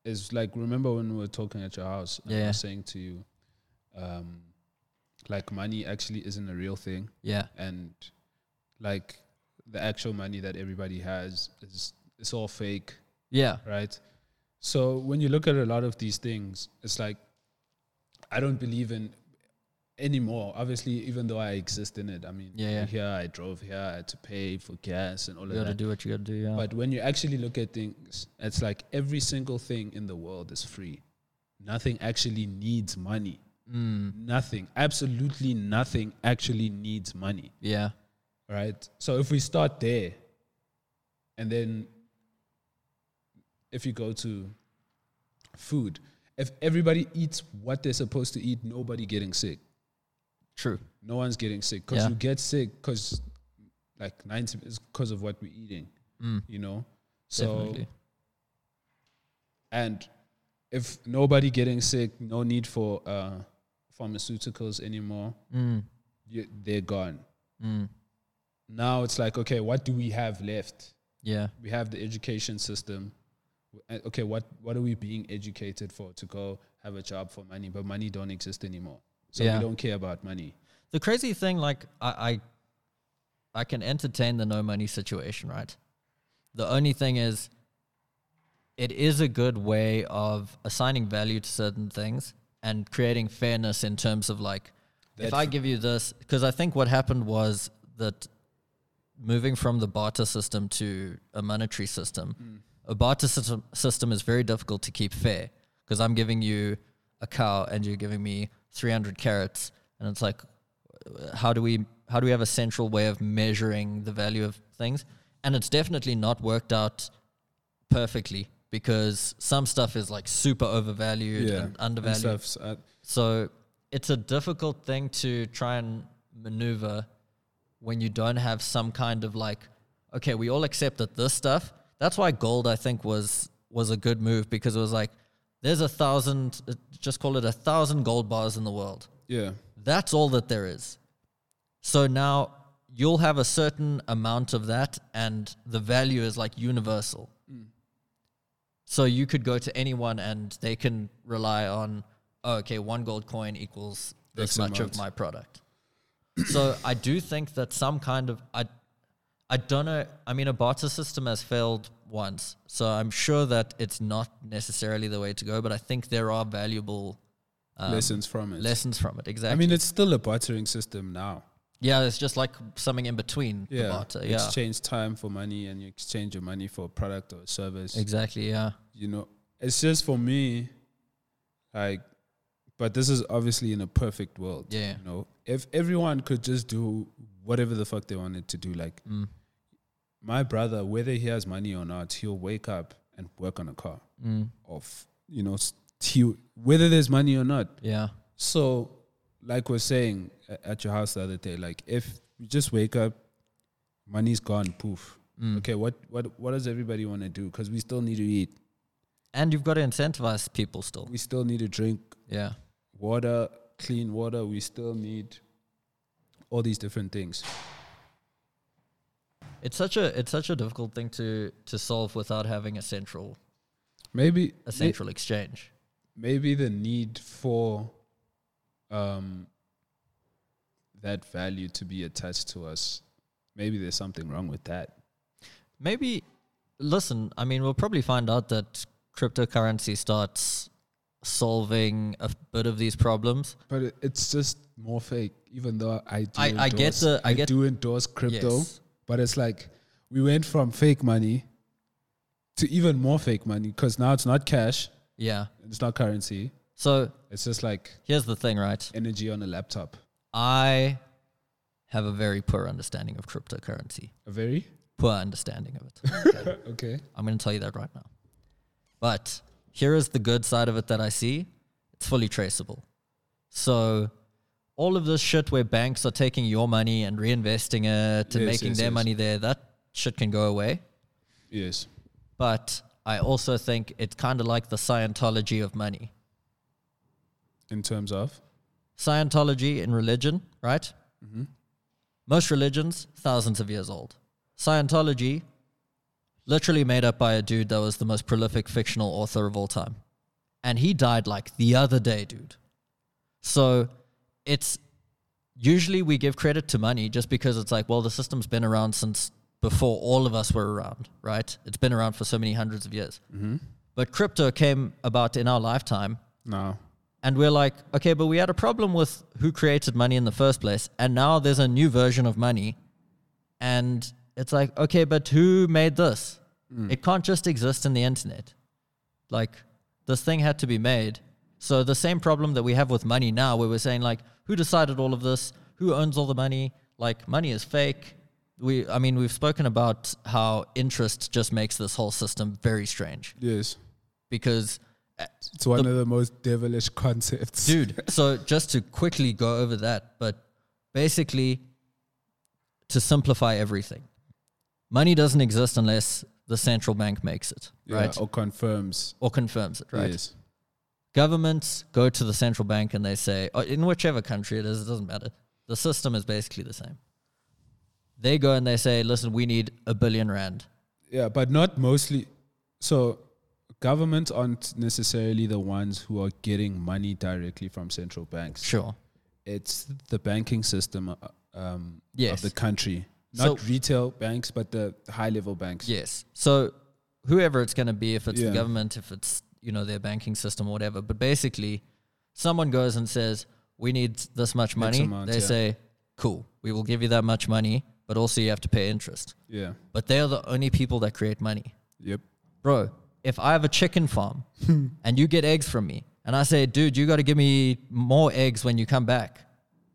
S2: is like remember when we were talking at your house and I
S1: Yeah.
S2: was saying to you um like money actually isn't a real thing
S1: Yeah.
S2: and like the actual money that everybody has is it's all fake
S1: Yeah.
S2: right? So when you look at a lot of these things, it's like I don't believe in anymore. Obviously, even though I exist in it, I mean,
S1: Yeah, yeah.
S2: here I drove here, I had to pay for gas and all
S1: You
S2: of
S1: got to
S2: that.
S1: do what you got to do. Yeah.
S2: But when you actually look at things, it's like every single thing in the world is free. Nothing actually needs money.
S1: Mm.
S2: Nothing, absolutely nothing actually needs money
S1: yeah.
S2: right? So if we start there, and then if you go to food, if everybody eats what they're supposed to eat, nobody getting sick.
S1: True.
S2: No one's getting sick because
S1: Yeah.
S2: you get sick because like ninety is because of what we're eating, you know. So
S1: Mm. Definitely.
S2: and if nobody getting sick, no need for uh, pharmaceuticals anymore.
S1: Mm.
S2: You, they're gone. Now it's like, okay, what do we have left?
S1: Yeah.
S2: We have the education system. W- uh, Okay, what what are we being educated for? To go have a job for money, but money don't exist anymore. So
S1: Yeah.
S2: we don't care about money.
S1: The crazy thing, like, I, I, I can entertain the no money situation, right? The only thing is, it is a good way of assigning value to certain things and creating fairness in terms of like if
S2: That's-
S1: I give you this because I think what happened was that moving from the barter system to a monetary system a barter system, system is very difficult to keep fair because I'm giving you a cow and you're giving me 300 carrots and it's like uh, how do we how do we have a central way of measuring the value of things and it's definitely not worked out perfectly because some stuff is like super overvalued and undervalued.
S2: And stuff, uh,
S1: So it's a difficult thing to try and maneuver when you don't have some kind of like, okay, we all accept that this stuff. That's why gold, I think, was was a good move because it was like, there's a thousand, uh, just call it a thousand gold bars in the world.
S2: yeah,
S1: That's all that there is. So now you'll have a certain amount of that, and the value is like universal.
S2: Mm.
S1: So you could go to anyone and they can rely on, oh, okay, one gold coin equals this
S2: X
S1: much
S2: amount.
S1: of my product. so I do think that some kind of I, I don't know. I mean, a barter system has failed once, so I'm sure that it's not necessarily the way to go. But I think there are valuable Um,
S2: lessons from it.
S1: lessons from it. Exactly.
S2: I mean, it's still a bartering system now.
S1: Yeah, it's just like something in between the barter. Yeah,
S2: exchange time for money, and you exchange your money for a product or a service.
S1: exactly. Yeah,
S2: you know it's just for me like but this is obviously in a perfect world
S1: Yeah.
S2: you know if everyone could just do whatever the fuck they wanted to do like my brother whether he has money or not he'll wake up and work on a car of you know s- he, whether there's money or not
S1: yeah,
S2: so, like we're saying a- at your house the other day, like if you just wake up, money's gone, poof. Okay, what what what does everybody want to do? Because we still need to eat.
S1: And you've got to incentivize people still.
S2: We still need to drink
S1: Yeah.
S2: water, clean water. We still need all these different things.
S1: It's such a it's such a difficult thing to to solve without having a central
S2: Maybe
S1: a central exchange.
S2: maybe the need for um that value to be attached to us. Maybe there's something wrong with that.
S1: Maybe listen, I mean we'll probably find out that cryptocurrency starts solving a bit of these problems.
S2: But it, it's just more fake. Even though I do
S1: I- I get the- I get-
S2: do endorse crypto,
S1: Yes.
S2: but it's like we went from fake money to even more fake money because now it's not cash,
S1: Yeah.
S2: it's not currency,
S1: So
S2: it's just like
S1: here's the thing, right?
S2: energy on a laptop.
S1: I have a very poor understanding of cryptocurrency.
S2: A very
S1: Poor understanding of it.
S2: okay.
S1: I'm going to tell you that right now. But here is the good side of it that I see it's fully traceable. So, all of this shit where banks are taking your money and reinvesting it and
S2: Yes,
S1: making
S2: yes,
S1: their
S2: yes.
S1: money there, that shit can go away.
S2: Yes.
S1: But I also think it's kind of like the Scientology of money.
S2: In terms of
S1: Scientology in religion, right? Most religions, thousands of years old. Scientology, literally made up by a dude that was the most prolific fictional author of all time. And he died like the other day, dude. So it's usually we give credit to money just because it's like, well, the system's been around since before all of us were around, right? It's been around for so many hundreds of years. But crypto came about in our lifetime
S2: no,
S1: and we're like, okay, but we had a problem with who created money in the first place. And now there's a new version of money. And it's like, okay, but who made this? It can't just exist in the internet. Like, this thing had to be made. So the same problem that we have with money now, where we're saying, like, who decided all of this? Who owns all the money? Like, money is fake. We, I mean, we've spoken about how interest just makes this whole system very strange
S2: yes,
S1: because
S2: it's one of the most devilish concepts.
S1: dude so just to quickly go over that but basically to simplify everything money doesn't exist unless the central bank makes it
S2: Yeah,
S1: right or,
S2: Or confirms.
S1: confirms it right
S2: Yes.
S1: governments go to the central bank and they say or in whichever country it is it doesn't matter the system is basically the same they go and they say listen we need a billion rand
S2: Yeah, but not mostly. So governments aren't necessarily the ones who are getting money directly from central banks.
S1: sure
S2: It's the banking system uh, um,
S1: Yes.
S2: of the country, not
S1: So-
S2: retail banks, but the high level banks.
S1: Yes. So whoever it's going to be, if it's
S2: Yeah.
S1: the government, if it's you know their banking system, whatever. But basically, someone goes and says, "We need this much money."
S2: amount,
S1: they
S2: yeah.
S1: say, "Cool, we will give you that much money, but also you have to pay interest."
S2: Yeah.
S1: But they are the only people that create money,
S2: Yep.
S1: bro. If I have a chicken farm and you get eggs from me, and I say, "Dude, you got to give me more eggs when you come back,"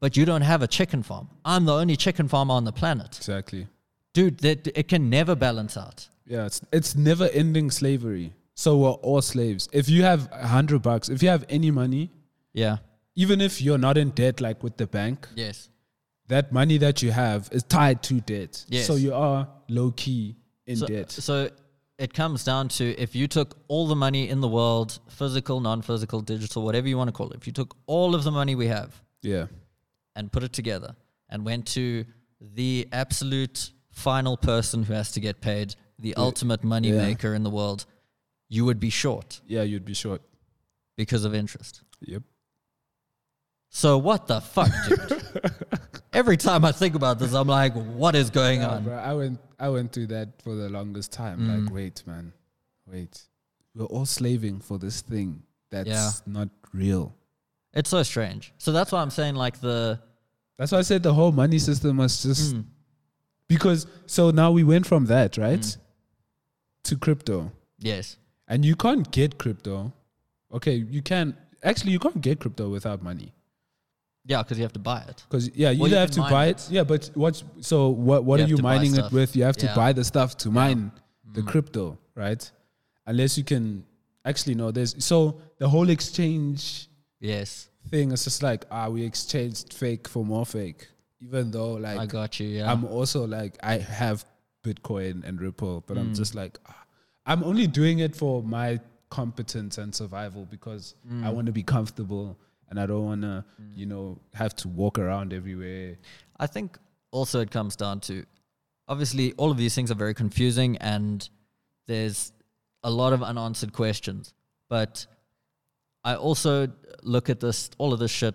S1: but you don't have a chicken farm. I'm the only chicken farmer on the planet,
S2: Exactly.
S1: dude. That it can never balance out.
S2: Yeah, it's it's never ending slavery. So we're all slaves. If you have a hundred bucks, if you have any money,
S1: Yeah.
S2: even if you're not in debt like with the bank,
S1: Yes.
S2: that money that you have is tied to debt.
S1: Yes.
S2: So you are low key in debt.
S1: So uh, it comes down to if you took all the money in the world, physical, non physical, digital, whatever you want to call it, if you took all of the money we have
S2: yeah.
S1: and put it together and went to the absolute final person who has to get paid, the ultimate money
S2: yeah.
S1: maker in the world, you would be short
S2: Yeah, you'd be short.
S1: because of interest.
S2: Yep.
S1: So what the fuck, dude? Every time I think about this, I'm like, what is going
S2: Yeah,
S1: on?
S2: bro, I went I went through that for the longest time.
S1: Mm.
S2: Like, wait, man, wait. We're all slaving for this thing that's
S1: Yeah.
S2: not real.
S1: It's so strange. So that's why I'm saying like the
S2: That's why I said the whole money system was just
S1: Mm.
S2: because so now we went from that, right?
S1: Mm.
S2: To crypto.
S1: yes.
S2: And you can't get crypto. Okay, you can actually you can't get crypto without money.
S1: Yeah, because you have to buy it.
S2: Because yeah, you
S1: Well, you
S2: either have
S1: can
S2: to
S1: mine
S2: buy
S1: it.
S2: it. Yeah, but what's so what what
S1: You
S2: are
S1: have
S2: you
S1: to buy
S2: mining it
S1: stuff.
S2: with? You have to
S1: Yeah. Mm.
S2: buy the stuff to mine the crypto, right? Unless you can actually no, there's so the whole exchange
S1: Yes.
S2: thing is just like ah, we exchanged fake for more fake. Even though like
S1: I got you. Yeah.
S2: I'm also like I have Bitcoin and Ripple, but
S1: Mm.
S2: I'm just like, ah, I'm only doing it for my competence and survival because
S1: Mm.
S2: I want to be comfortable and I don't want to, you know, have to walk around everywhere.
S1: I think also it comes down to obviously all of these things are very confusing and there's a lot of unanswered questions. But I also look at this all of this shit,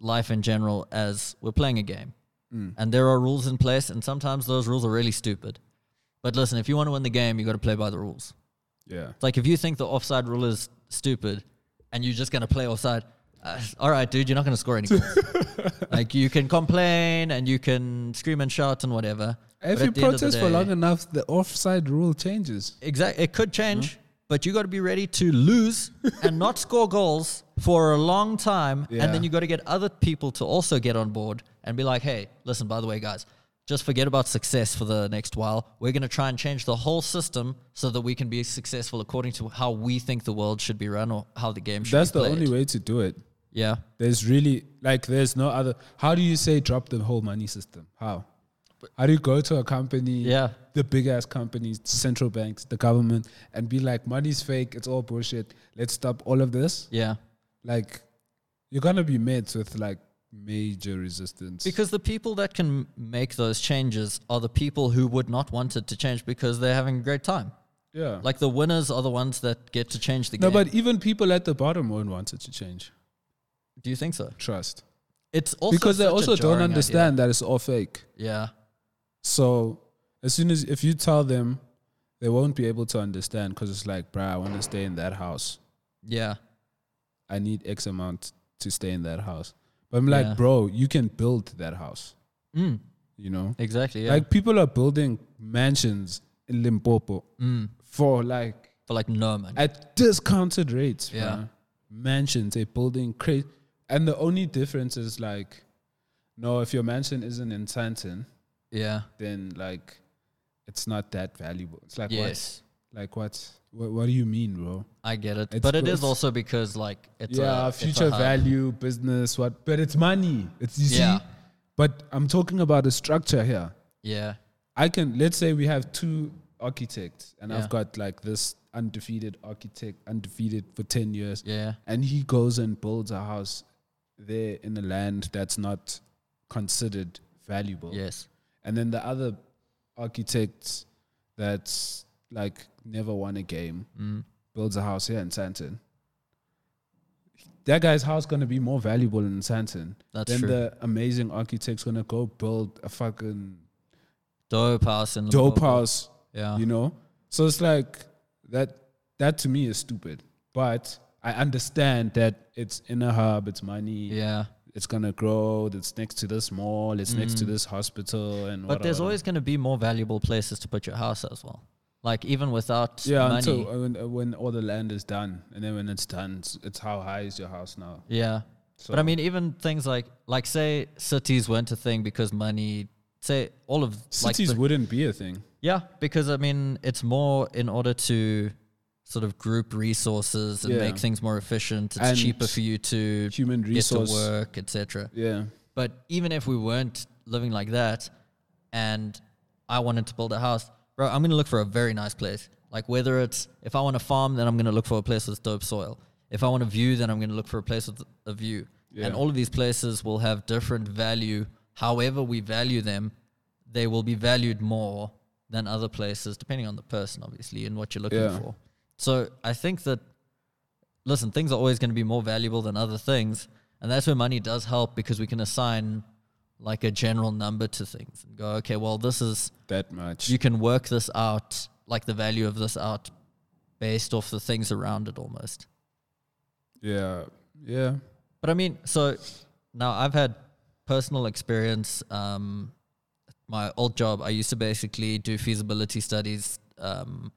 S1: life in general, as we're playing a game. And there are rules in place and sometimes those rules are really stupid. But listen, if you want to win the game, you gotta play by the rules.
S2: Yeah.
S1: It's like if you think the offside rule is stupid and you're just going to play offside, uh, all right, dude, you're not going to score any goals. like you can complain and you can scream and shout and whatever.
S2: If
S1: but
S2: you
S1: at the end of the
S2: protest for
S1: day-
S2: long enough, the offside rule changes.
S1: exact, it could change,
S2: Hmm?
S1: but you got to be ready to lose and not score goals for a long time,
S2: Yeah.
S1: and then you got to get other people to also get on board and be like, hey, listen, by the way, guys. Just forget about success for the next while. We're going to try and change the whole system so that we can be successful according to how we think the world should be run or how the game should
S2: That's
S1: be
S2: the
S1: played.
S2: only way to do it.
S1: Yeah.
S2: There's really like there's no other. How do you say drop the whole money system? How? How do you go to a company,
S1: Yeah.
S2: the big ass companies, central banks, the government, and be like, money's fake, it's all bullshit. Let's stop all of this.
S1: Yeah.
S2: Like, you're gonna be met with like major resistance.
S1: Because the people that can make those changes are the people who would not want it to change because they're having a great time.
S2: yeah,
S1: Like the winners are the ones that get to change the
S2: no,
S1: game.
S2: but even people at the bottom won't want it to change.
S1: Do you think so?
S2: Trust
S1: It's also
S2: because they
S1: such a
S2: also don't
S1: jarring
S2: understand that it's all fake.
S1: idea. Yeah.
S2: So as soon as if you tell them, they won't be able to understand because it's like, bruh, I want to stay in that house.
S1: Yeah.
S2: I need X amount to stay in that house. But I'm like,
S1: Yeah.
S2: bro, you can build that house.
S1: Mm,
S2: You know,
S1: exactly. Yeah.
S2: like people are building mansions in Limpopo
S1: Mm.
S2: for like
S1: For like no money.
S2: at discounted rates.
S1: Yeah.
S2: bruh. mansions they're building crazy, and the only difference is like, no, if your mansion isn't in Santon,
S1: yeah.
S2: then like, it's not that valuable. It's like
S1: Yes.
S2: what? Like what? What, what do you mean, bro?
S1: I get it.
S2: It's
S1: but it
S2: good.
S1: is also because like it's
S2: yeah,
S1: a it's a
S2: future
S1: hub.
S2: value, business, what? But it's money. It's you
S1: Yeah.
S2: see. But I'm talking about a structure here.
S1: Yeah.
S2: I can let's say we have two architects, and
S1: Yeah.
S2: I've got like this undefeated architect, undefeated for ten years,
S1: Yeah.
S2: and he goes and builds a house there in a land that's not considered valuable.
S1: Yes.
S2: And then the other architect that's like never won a game
S1: Mm.
S2: builds a house here in Santon. That guy's house gonna be more valuable in Santon.
S1: That's
S2: then
S1: true.
S2: the amazing architect's gonna go build a fucking
S1: Dope house and
S2: dope house.
S1: Yeah.
S2: You know? So it's like that that to me is stupid. But I understand that it's in a hub, it's money,
S1: Yeah.
S2: it's gonna grow, it's next to this mall, it's next to this hospital and
S1: Mm. But there's
S2: whatever.
S1: always going to be more valuable places to put your house as well. Like even without
S2: Yeah,
S1: money.
S2: until uh, when, uh, when all the land is done, and then when it's done, it's, it's how high is your house now?
S1: yeah. But I mean, even things like like say cities weren't a thing because money. Say all of
S2: Cities
S1: like the-
S2: wouldn't be a thing.
S1: yeah, because I mean it's more in order to sort of group resources and
S2: Yeah.
S1: make things more efficient. It's
S2: And
S1: cheaper for you to
S2: human resource-
S1: get to work, etc.
S2: Yeah,
S1: But even if we weren't living like that, and I wanted to build a house, bro, I'm gonna look for a very nice place. Like whether it's if I want to farm, then I'm gonna look for a place with dope soil. If I want a view, then I'm gonna look for a place with a view. And
S2: Yeah.
S1: all of these places will have different value. However, we value them, they will be valued more than other places, depending on the person, obviously, and what you're looking
S2: Yeah.
S1: for. So I think that listen, things are always going to be more valuable than other things. And that's where money does help because we can assign like a general number to things and go, okay, well, this is,
S2: that much.
S1: you can work this out, like the value of this out based off the things around it almost.
S2: yeah, yeah,
S1: But I mean, so now I've had personal experience. Um, my old job, I used to basically do feasibility studies um,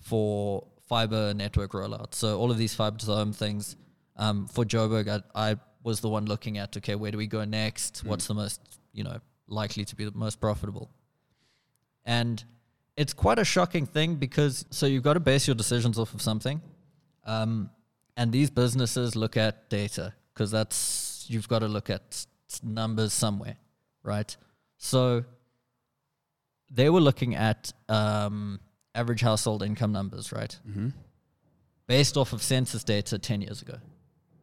S1: for fiber network rollout. So all of these fiber to the home things um, for Joburg, I, I was the one looking at okay, where do we go next? What's the most you know likely to be the most profitable? And it's quite a shocking thing because so you've got to base your decisions off of something. Um, and these businesses look at data because that's you've got to look at s- numbers somewhere, right? So they were looking at um, average household income numbers, right? Mm-hmm. Based off of census data 10 years ago,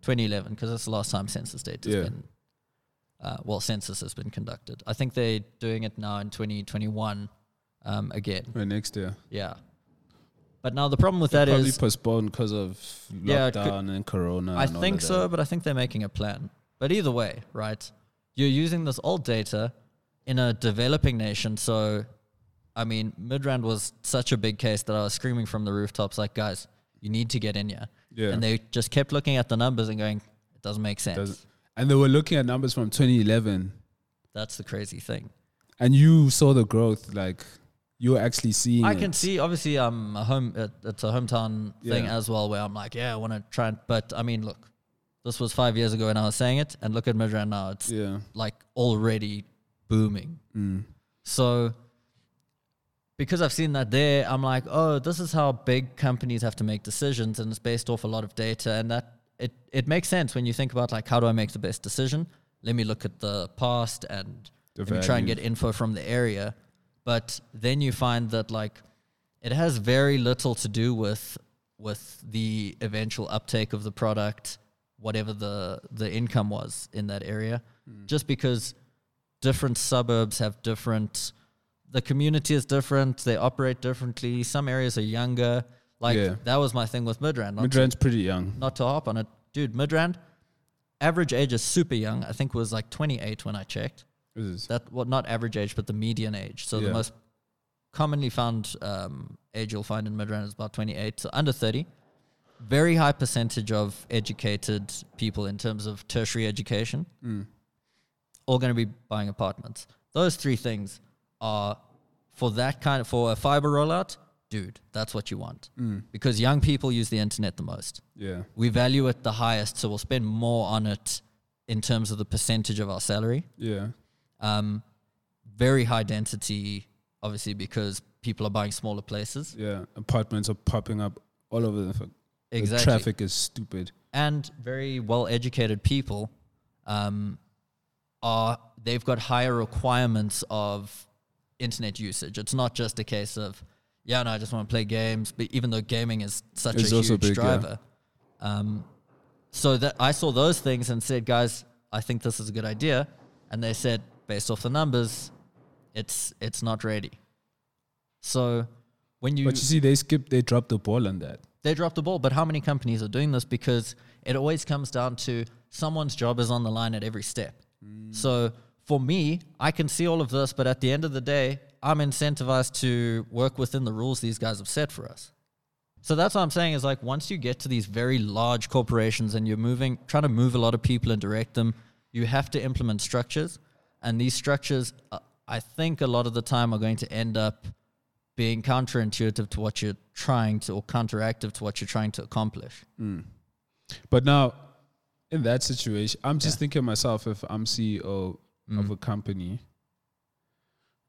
S1: 2011, because that's the last time census data has
S2: Yeah.
S1: been, uh, well, census has been conducted. I think they're doing it now in 2021 um, again.
S2: Right next year.
S1: Yeah. But now the problem with that
S2: Probably
S1: is,
S2: postponed because of
S1: Yeah, it could-
S2: lockdown and corona.
S1: I
S2: and all
S1: think
S2: of that.
S1: so, but I think they're making a plan. But either way, right? You're using this old data in a developing nation. So, I mean, Midrand was such a big case that I was screaming from the rooftops, like, guys, you need to get in here.
S2: Yeah.
S1: And they just kept looking at the numbers and going, it doesn't make sense.
S2: Doesn't- And they were looking at numbers from 2011,
S1: That's the crazy thing.
S2: and you saw the growth. Like you were actually seeing.
S1: I
S2: it.
S1: can see, obviously, I'm a home. It, it's a hometown thing
S2: Yeah.
S1: as well, where I'm like, yeah, I want to try. And, but I mean, look, this was five years ago, and I was saying it, and look at Midrand now. It's
S2: Yeah.
S1: like already booming. So because I've seen that there, I'm like, oh, this is how big companies have to make decisions, and it's based off a lot of data, and that it it makes sense when you think about like how do I make the best decision? Let me look at the past and
S2: The
S1: let me try and
S2: values.
S1: get info from the area, but then you find that like it has very little to do with with the eventual uptake of the product, whatever the the income was in that area,
S2: Hmm.
S1: just because different suburbs have different the community is different they operate differently some areas are younger like
S2: Yeah.
S1: that was my thing with midrand not,
S2: Midrand's pretty young.
S1: not to hop on it dude midrand average age is super young i think was like 28 when i checked
S2: This is-
S1: that well, not average age but the median age so
S2: Yeah.
S1: the most commonly found um, age you'll find in midrand is about 28 so under 30 very high percentage of educated people in terms of tertiary education all going to be buying apartments those three things are for that kind of for a fiber rollout dude that's what you want because young people use the internet the most
S2: Yeah.
S1: we value it the highest so we'll spend more on it in terms of the percentage of our salary
S2: Yeah.
S1: um, very high density, obviously because people are buying smaller places.
S2: Yeah. Apartments are popping up all over the. fuck- the
S1: Exactly.
S2: traffic is stupid.
S1: and very well educated people um, are they've got higher requirements of internet usage. It's not just a case of yeah, no, I just want to play games. But even though gaming is such
S2: It's
S1: a
S2: also
S1: huge
S2: big, yeah.
S1: driver, um, so that I saw those things and said, guys, I think this is a good idea. And they said, based off the numbers, it's it's not ready. So when you
S2: But you see, they skipped. They dropped the ball on that.
S1: they dropped the ball. But how many companies are doing this? Because it always comes down to someone's job is on the line at every step. So for me, I can see all of this, but at the end of the day, I'm incentivized to work within the rules these guys have set for us. So that's what I'm saying is like once you get to these very large corporations and you're moving, trying to move a lot of people and direct them, you have to implement structures. And these structures, uh, I think a lot of the time are going to end up being counterintuitive to what you're trying to, or counteractive to what you're trying to accomplish.
S2: But now, in that situation, I'm just thinking myself if I'm CEO of a company,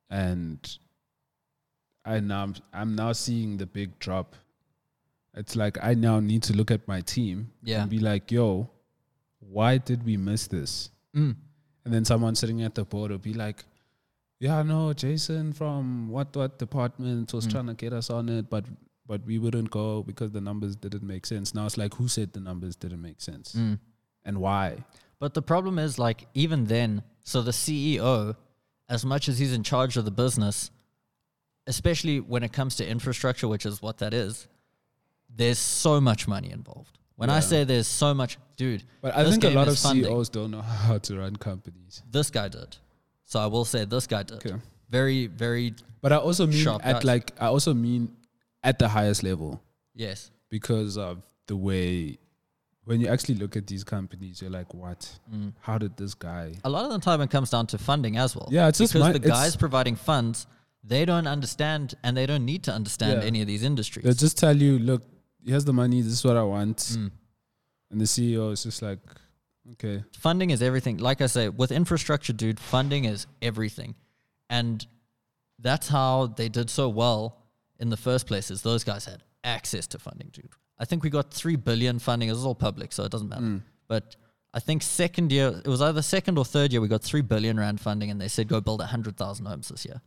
S2: and I now I'm, I'm now seeing the big drop. It's like I now need to look at my team
S1: Yeah.
S2: and be like, "Yo, why did we miss this?" And then someone sitting at the board will be like, "Yeah, no, Jason from what what department was trying to get us on it, but but we wouldn't go because the numbers didn't make sense." Now it's like, who said the numbers didn't make sense, and why?
S1: But the problem is, like, even then, so the CEO, as much as he's in charge of the business, especially when it comes to infrastructure, which is what that is, there's so much money involved. When I say there's so much, dude,
S2: But I
S1: this
S2: think a
S1: game
S2: lot
S1: is
S2: of E
S1: funding.
S2: CEOs don't know how to run companies.
S1: This guy did. So I will say this guy did.
S2: Okay.
S1: Very, very,
S2: But I also mean
S1: Sharp
S2: at
S1: guys.
S2: like I also mean at the highest level
S1: yes.
S2: because of the way when you actually look at these companies, you're like, what?
S1: Mm.
S2: How did this guy?
S1: A lot of the time it comes down to funding as well.
S2: Yeah, it's
S1: because
S2: just my-
S1: the
S2: it's-
S1: guys providing funds, they don't understand and they don't need to understand
S2: Yeah.
S1: any of these industries.
S2: They just tell you, look, here's the money. This is what I want,
S1: Mm.
S2: and the CEO is just like, okay,
S1: funding is everything. Like I say, with infrastructure, dude, funding is everything. And that's how they did so well in the first place is those guys had access to funding, dude. I think we got three billion funding. It was all public, so it doesn't matter. But I think second year it was either second or third year we got three billion rand funding and they said go build hundred thousand homes this year.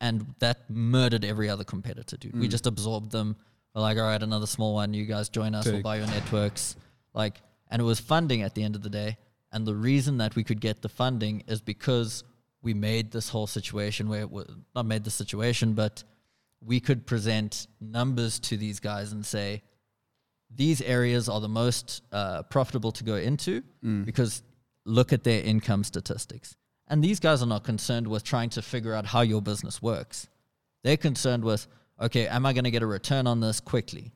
S1: and that murdered every other competitor, dude. We just absorbed them. We're like, all right, another small one. You guys join us. We'll
S2: Take.
S1: buy your networks. Like, and it was funding at the end of the day. And the reason that we could get the funding is because we made this whole situation where it was not made the situation, but we could present numbers to these guys and say, these areas are the most uh, profitable to go into because look at their income statistics. And these guys are not concerned with trying to figure out how your business works. They're concerned with, okay, am I going to get a return on this quickly?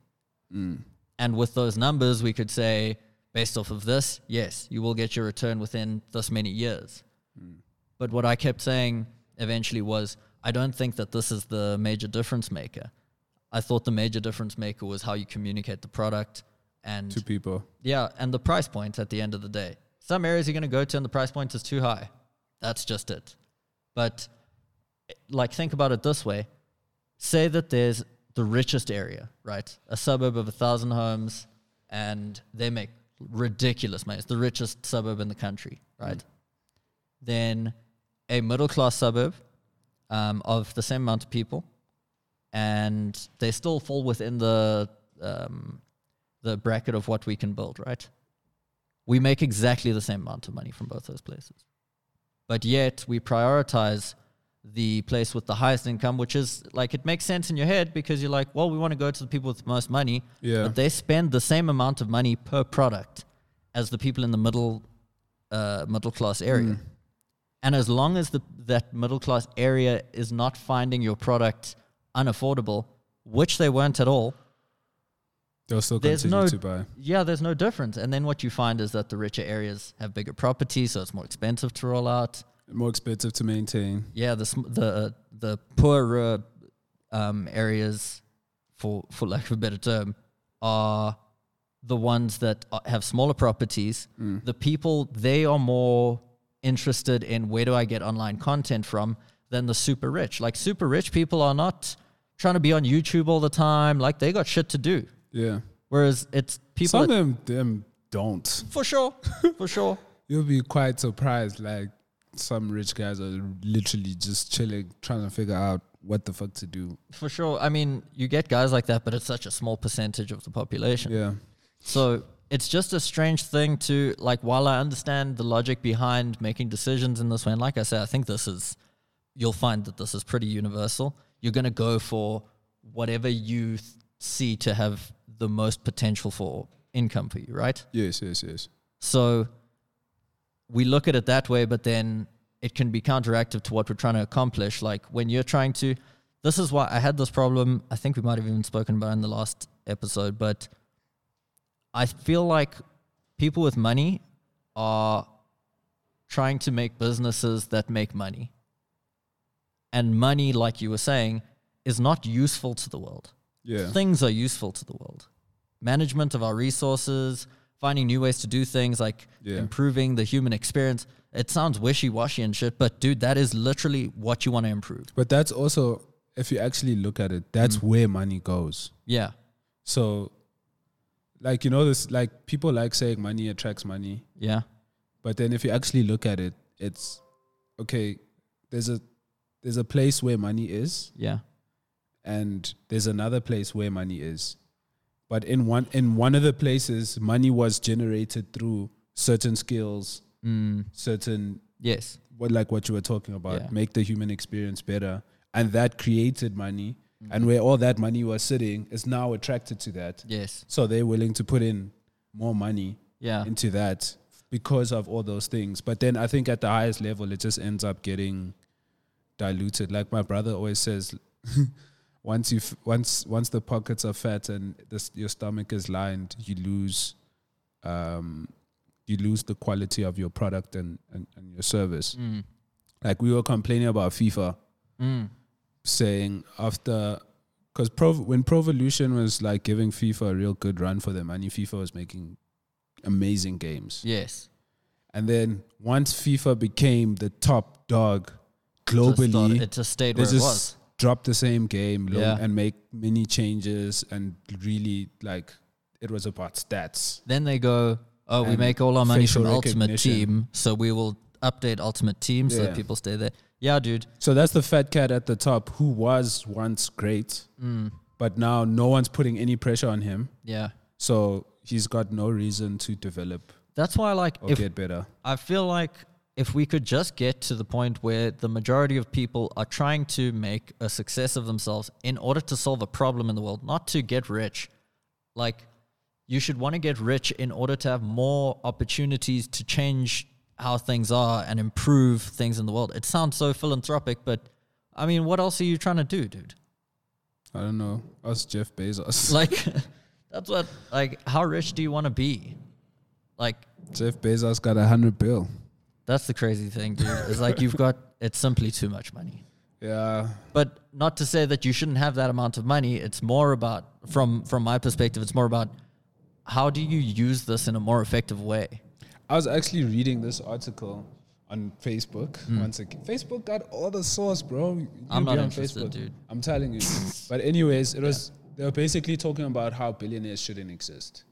S2: Mm.
S1: And with those numbers, we could say, based off of this, yes, you will get your return within this many years.
S2: Mm.
S1: But what I kept saying eventually was, I don't think that this is the major difference maker. I thought the major difference maker was how you communicate the product and
S2: to people.
S1: yeah, and the price point at the end of the day. Some areas you're going to go to and the price point is too high. That's just it. But like think about it this way. Say that there's the richest area, right? A suburb of a thousand homes and they make ridiculous money. It's the richest suburb in the country, right? Then a middle class suburb um, of the same amount of people and they still fall within the um, the bracket of what we can build, right? We make exactly the same amount of money from both those places. But yet we prioritize the place with the highest income, which is like it makes sense in your head because you're like, well, we want to go to the people with the most money.
S2: Yeah.
S1: But they spend the same amount of money per product as the people in the middle uh, middle class area. And as long as the, that middle class area is not finding your product unaffordable, which they weren't at all,
S2: They'll still
S1: there's
S2: continue
S1: no
S2: to buy.
S1: yeah there's no difference and then what you find is that the richer areas have bigger properties so it's more expensive to roll out
S2: More expensive to maintain.
S1: yeah the sm- the the poorer um, areas for for lack of a better term are the ones that are- have smaller properties the people they are more interested in where do i get online content from than the super rich like super rich people are not trying to be on youtube all the time like they got shit to do
S2: Yeah.
S1: whereas it's people
S2: Some
S1: that-
S2: of them them don't.
S1: For sure. For sure.
S2: You'll be quite surprised. Like some rich guys are literally just chilling, trying to figure out what the fuck to do.
S1: For sure. I mean, you get guys like that, but it's such a small percentage of the population.
S2: Yeah.
S1: So it's just a strange thing to like while I understand the logic behind making decisions in this way, and like I said, I think this is you'll find that this is pretty universal. You're gonna go for whatever you th- see to have the most potential for income for you, right?
S2: Yes. Yes. Yes.
S1: So we look at it that way, but then it can be counteractive to what we're trying to accomplish. Like when you're trying to, this is why I had this problem. I think we might have even spoken about it in the last episode, but I feel like people with money are trying to make businesses that make money. And money, like you were saying, is not useful to the world
S2: Yeah.
S1: things are useful to the world. Management of our resources, finding new ways to do things, like
S2: Yeah.
S1: improving the human experience. It sounds wishy washy and shit, but dude, that is literally what you want to improve.
S2: But that's also, if you actually look at it, that's where money goes.
S1: Yeah.
S2: So, like you know, this like people like saying money attracts money,
S1: Yeah.
S2: but then if you actually look at it, it's okay. There's a there's a place where money is,
S1: Yeah.
S2: and there's another place where money is. But in one in one of the places, money was generated through certain skills, certain
S1: Yes.
S2: what like what you were talking about,
S1: Yeah.
S2: make the human experience better, and that created money. And where all that money was sitting is now attracted to that.
S1: Yes.
S2: So they're willing to put in more money
S1: Yeah.
S2: into that because of all those things. But then I think at the highest level, it just ends up getting diluted. Like my brother always says, once you f- once once the pockets are fat and this, your stomach is lined, you lose, um, you lose the quality of your product and and, and your service. Like we were complaining about FIFA, saying after. Because Pro, when Provolution was like giving FIFA a real good run for their money, FIFA was making amazing games.
S1: Yes.
S2: And then once FIFA became the top dog
S1: Just thought
S2: globally,
S1: it just stayed
S2: they
S1: where it
S2: just
S1: was.
S2: dropped the same game lo-
S1: Yeah.
S2: and make many changes and really like it was about stats.
S1: Then they go, oh, we
S2: And
S1: make all our money
S2: facial
S1: from Ultimate
S2: recognition.
S1: Team, so we will update Ultimate Team so
S2: Yeah.
S1: that people stay there. Yeah, dude.
S2: So that's the fat cat at the top who was once great,
S1: Hmm.
S2: but now no one's putting any pressure on him.
S1: Yeah.
S2: So he's got no reason to develop
S1: That's why, like,
S2: or
S1: if
S2: get better.
S1: I feel like if we could just get to the point where the majority of people are trying to make a success of themselves in order to solve a problem in the world, not to get rich, like you should want to get rich in order to have more opportunities to change how things are and improve things in the world. It sounds so philanthropic, but I mean, what else are you trying to do, dude?
S2: I don't know. Us Jeff Bezos.
S1: Like, that's what, like, how rich do you want to be? Like,
S2: Jeff Bezos got a hundred bill.
S1: That's the crazy thing, dude. It's like you've got it's simply too much money.
S2: Yeah.
S1: But not to say that you shouldn't have that amount of money. It's more about from from my perspective, it's more about how do you use this in a more effective way?
S2: I was actually reading this article on Facebook once again. Facebook got all the source, bro. You
S1: Hmm. I'm
S2: be
S1: not
S2: on
S1: interested, dude.
S2: I'm telling you. but anyways, it was they were basically talking about how billionaires shouldn't exist.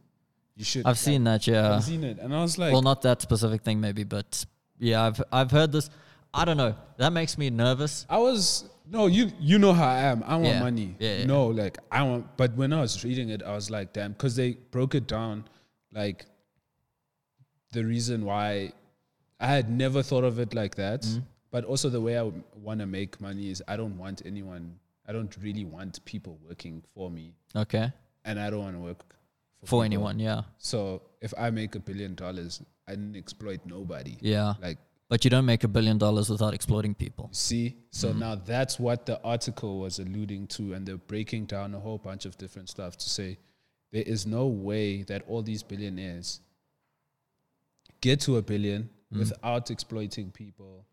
S2: You should
S1: I've seen that, yeah.
S2: I've seen it. And I was like
S1: Well, not that specific thing maybe, but yeah, I've I've heard this. I don't know. That makes me nervous.
S2: I was no, you you know how I am. I want
S1: Yeah.
S2: money.
S1: Yeah, yeah.
S2: No, like I want. But when I was reading it, I was like, damn, because they broke it down, like the reason why I had never thought of it like that.
S1: Mm-hmm.
S2: But also the way I want to make money is I don't want anyone. I don't really want people working for me,
S1: Okay.
S2: and I don't want to work
S1: For
S2: people.
S1: anyone, yeah.
S2: So if I make a billion dollars, I didn't exploit nobody.
S1: Yeah.
S2: Like
S1: But you don't make a billion dollars without exploiting people.
S2: See, so now that's what the article was alluding to, and they're breaking down a whole bunch of different stuff to say there is no way that all these billionaires get to a billion without exploiting people,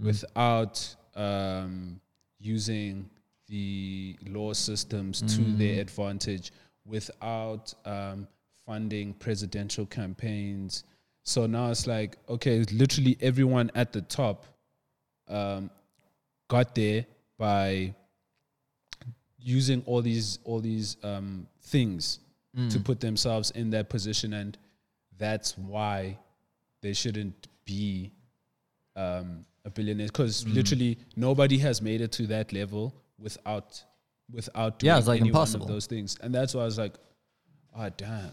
S2: without um, using the law systems to their advantage, without um, funding presidential campaigns. So now it's like, okay, literally everyone at the top um, got there by using all these all these um, things
S1: Mm.
S2: to put themselves in that position, and that's why they shouldn't be um, a billionaire because
S1: Mm.
S2: literally nobody has made it to that level without without doing
S1: Yeah, it's, like,
S2: any
S1: impossible.
S2: one of those things, and that's why I was like, ah, damn.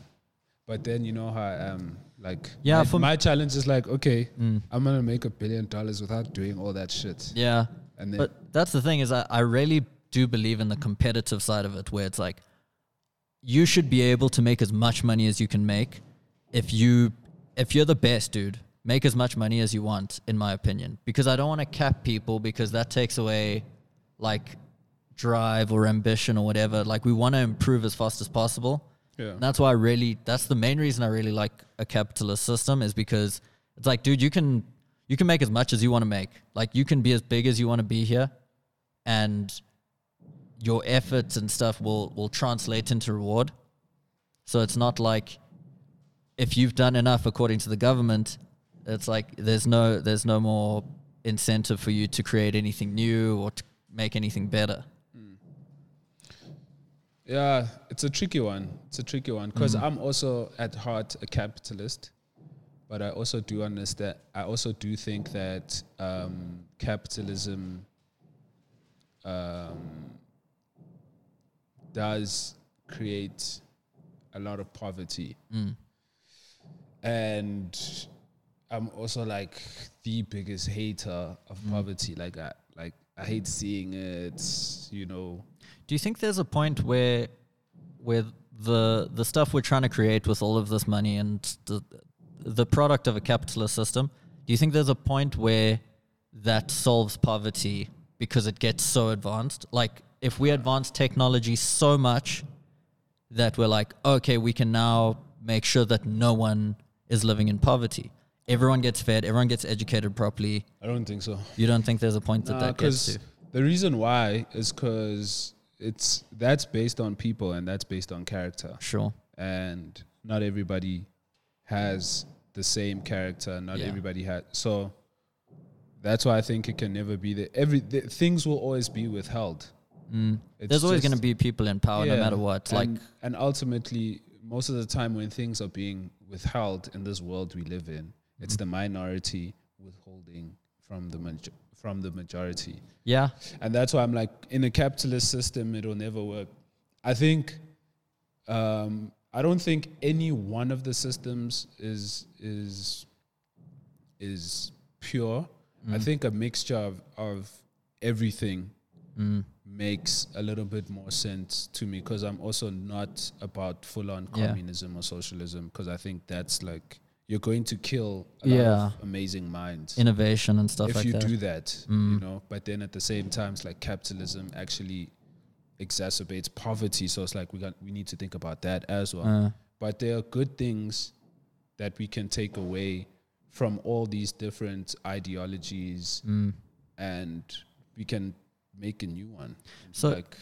S2: But then you know how I am. Like,
S1: Yeah,
S2: my,
S1: for m-
S2: my challenge is like, okay, I'm gonna make a billion dollars without doing all that shit.
S1: Yeah.
S2: And then-
S1: but that's the thing is I, I really do believe in the competitive side of it where it's like you should be able to make as much money as you can make if you if you're the best dude make as much money as you want in my opinion because i don't want to cap people because that takes away like drive or ambition or whatever like we want to improve as fast as possible
S2: Yeah.
S1: And that's why i really that's the main reason i really like a capitalist system is because it's like dude you can you can make as much as you want to make like you can be as big as you want to be here and your efforts and stuff will will translate into reward. So it's not like if you've done enough according to the government, it's like there's no there's no more incentive for you to create anything new or to make anything better.
S2: Yeah, it's a tricky one. It's a tricky one because I'm also at heart a capitalist, but I also do understand. I also do think that um, capitalism um, does create a lot of poverty, and I'm also like the biggest hater of poverty. Like I like I hate seeing it. You know.
S1: Do you think there's a point where where the the stuff we're trying to create with all of this money and the the product of a capitalist system, do you think there's a point where that solves poverty because it gets so advanced? Like if we advance technology so much that we're like, okay, we can now make sure that no one is living in poverty. Everyone gets fed, everyone gets educated properly.
S2: I don't think so.
S1: You don't think there's a point that that gets
S2: because
S1: to?
S2: Uh, the reason why is because it's that's based on people and that's based on character,
S1: Sure.
S2: and not everybody has the same character. Not
S1: Yeah.
S2: everybody has so. That's why I think it can never be there. Every th- things will always be withheld. It's
S1: Mm. There's always
S2: just-
S1: going to be people in power no
S2: yeah.
S1: matter what. Like
S2: and, and ultimately, most of the time
S1: Mm-hmm.
S2: when things are being withheld in this world we live in, it's the minority withholding from the maj- from the majority.
S1: Yeah.
S2: And that's why I'm like, in a capitalist system, it'll never work. I think, um, I don't think any one of the systems is is is pure.
S1: Mm.
S2: I think a mixture of, of everything
S1: Mm.
S2: makes a little bit more sense to me because I'm also not about full on
S1: Yeah.
S2: communism or socialism because I think that's like you're going to kill a lot
S1: Yeah.
S2: of amazing minds
S1: Innovation and stuff
S2: if
S1: like
S2: you
S1: that. Mm.
S2: do that, you know. But then at the same time, it's like capitalism actually exacerbates poverty, so it's like we got we need to think about that as well.
S1: Uh.
S2: But there are good things that we can take away from all these different ideologies,
S1: Mm.
S2: and we can make a new one. And be
S1: So-
S2: like,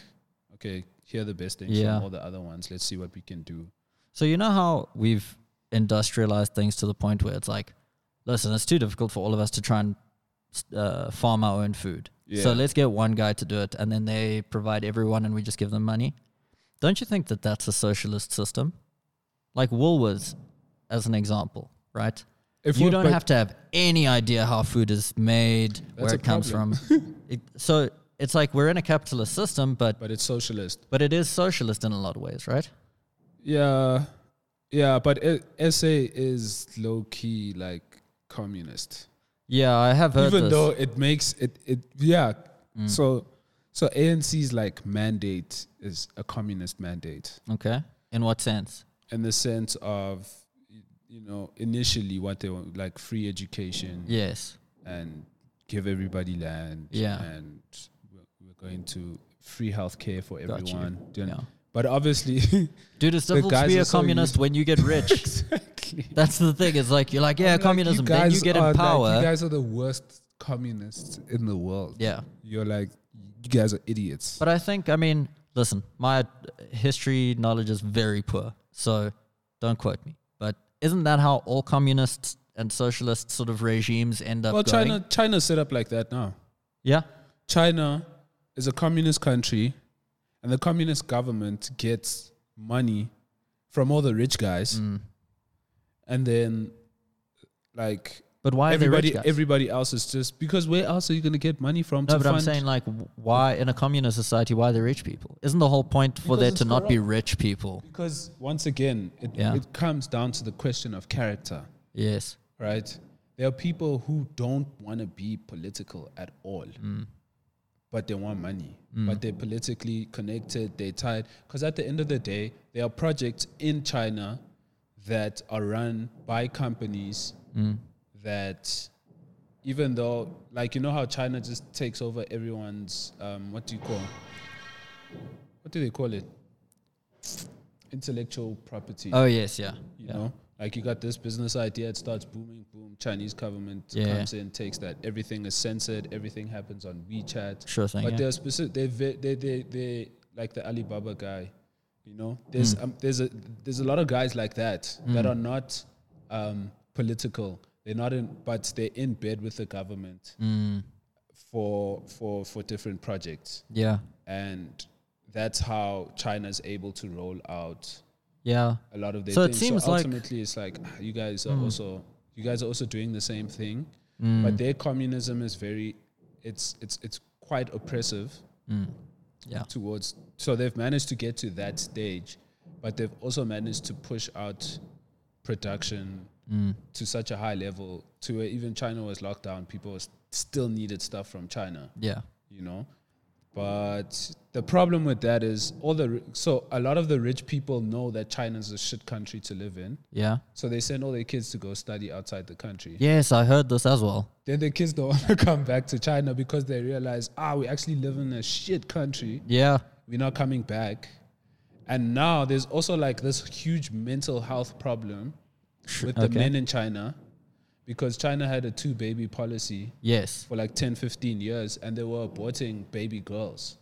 S2: okay, here are the best things
S1: Yeah.
S2: from all the other ones. Let's see what we can do.
S1: So you know how we've industrialized things to the point where it's like, listen, it's too difficult for all of us to try and uh, farm our own food. So
S2: Yeah.
S1: let's get one guy to do it, and then they provide everyone, and we just give them money. Don't you think that that's a socialist system? Like Woolworths, as an example, right?
S2: If
S1: you
S2: we-
S1: don't
S2: but-
S1: have to have any idea how food is made, where
S2: a
S1: it comes
S2: problem.
S1: from. it, so it's like we're in a capitalist system, but
S2: But it's socialist.
S1: but it is socialist in a lot of ways, right?
S2: Yeah, yeah, but I- SA is low key like communist,
S1: Yeah, I have heard.
S2: even
S1: this. Mm.
S2: though it makes it it yeah. So so ANC's like mandate is a communist mandate
S1: Okay. In what sense?
S2: in the sense of y- you know initially what they want like free education
S1: Yes.
S2: and give everybody land
S1: Yeah.
S2: and we're, we're going to free healthcare for
S1: Got you.
S2: everyone. Do you know?
S1: Yeah.
S2: But obviously,
S1: Dude, it's
S2: The
S1: difficult to
S2: guys
S1: be
S2: are
S1: a
S2: so
S1: communist
S2: used-
S1: when you get rich.
S2: exactly.
S1: That's the thing. It's like you're like, yeah,
S2: I'm like,
S1: communism. then you get
S2: are
S1: in
S2: like-
S1: power.
S2: you guys are the worst communists in the world.
S1: yeah.
S2: You're like, you guys are idiots.
S1: But I think, I mean, listen, my history knowledge is very poor, so don't quote me. But isn't that how all communists and socialist sort of regimes end up
S2: well,
S1: going?
S2: China, China's set up like that now.
S1: Yeah.
S2: China is a communist country, and the communist government gets money from all the rich guys,
S1: Mm.
S2: and then like
S1: But why are they
S2: everybody,
S1: rich guys?
S2: everybody else is just because where else are you going to get money from?
S1: no,
S2: to
S1: but
S2: fund?
S1: I'm saying like, w- why in a communist society, why are there rich people? Isn't the whole point for
S2: Because
S1: there
S2: it's
S1: to not be rich people?
S2: because once again, it,
S1: Yeah.
S2: it comes down to the question of character.
S1: Yes.
S2: right? There are people who don't want to be political at all, but they want money. But they're politically connected, they're tied. Because at the end of the day, there are projects in China that are run by companies that, even though, like, you know how China just takes over everyone's, um, what do you call What do they call it? Intellectual property
S1: Oh, yes, yeah.
S2: you
S1: yeah.
S2: know like you got this business idea it starts booming boom chinese government
S1: Yeah.
S2: comes in takes that everything is censored everything happens on wechat
S1: Sure thing,
S2: but
S1: yeah.
S2: they're specific they ve- they they they like the alibaba guy you know there's
S1: Hmm.
S2: um, there's a there's a lot of guys like that that are not um political they're not in but they're in bed with the government
S1: Hmm.
S2: for for for different projects
S1: Yeah.
S2: and that's how china's able to roll out
S1: Yeah.
S2: a lot of their
S1: So it
S2: things.
S1: seems
S2: so
S1: like- Hmm.
S2: ultimately it's like ah, you guys are also you guys are also doing the same thing, but their communism is very it's it's it's quite oppressive
S1: Yeah.
S2: towards. So they've managed to get to that stage, but they've also managed to push out production
S1: Hmm.
S2: to such a high level to where even China was locked down. People s- still needed stuff from China
S1: Yeah.
S2: you know. But the problem with that is all the ri- so a lot of the rich people know that China's a shit country to live in,
S1: Yeah.
S2: so they send all their kids to go study outside the country.
S1: Yes, I heard this as well.
S2: Then their kids don't want to come back to China because they realize ah we actually live in a shit country.
S1: Yeah.
S2: We're not coming back. And now there's also like this huge mental health problem with the
S1: okay.
S2: men in China because China had a two baby policy
S1: Yes.
S2: for like 10 15 years and they were aborting baby girls.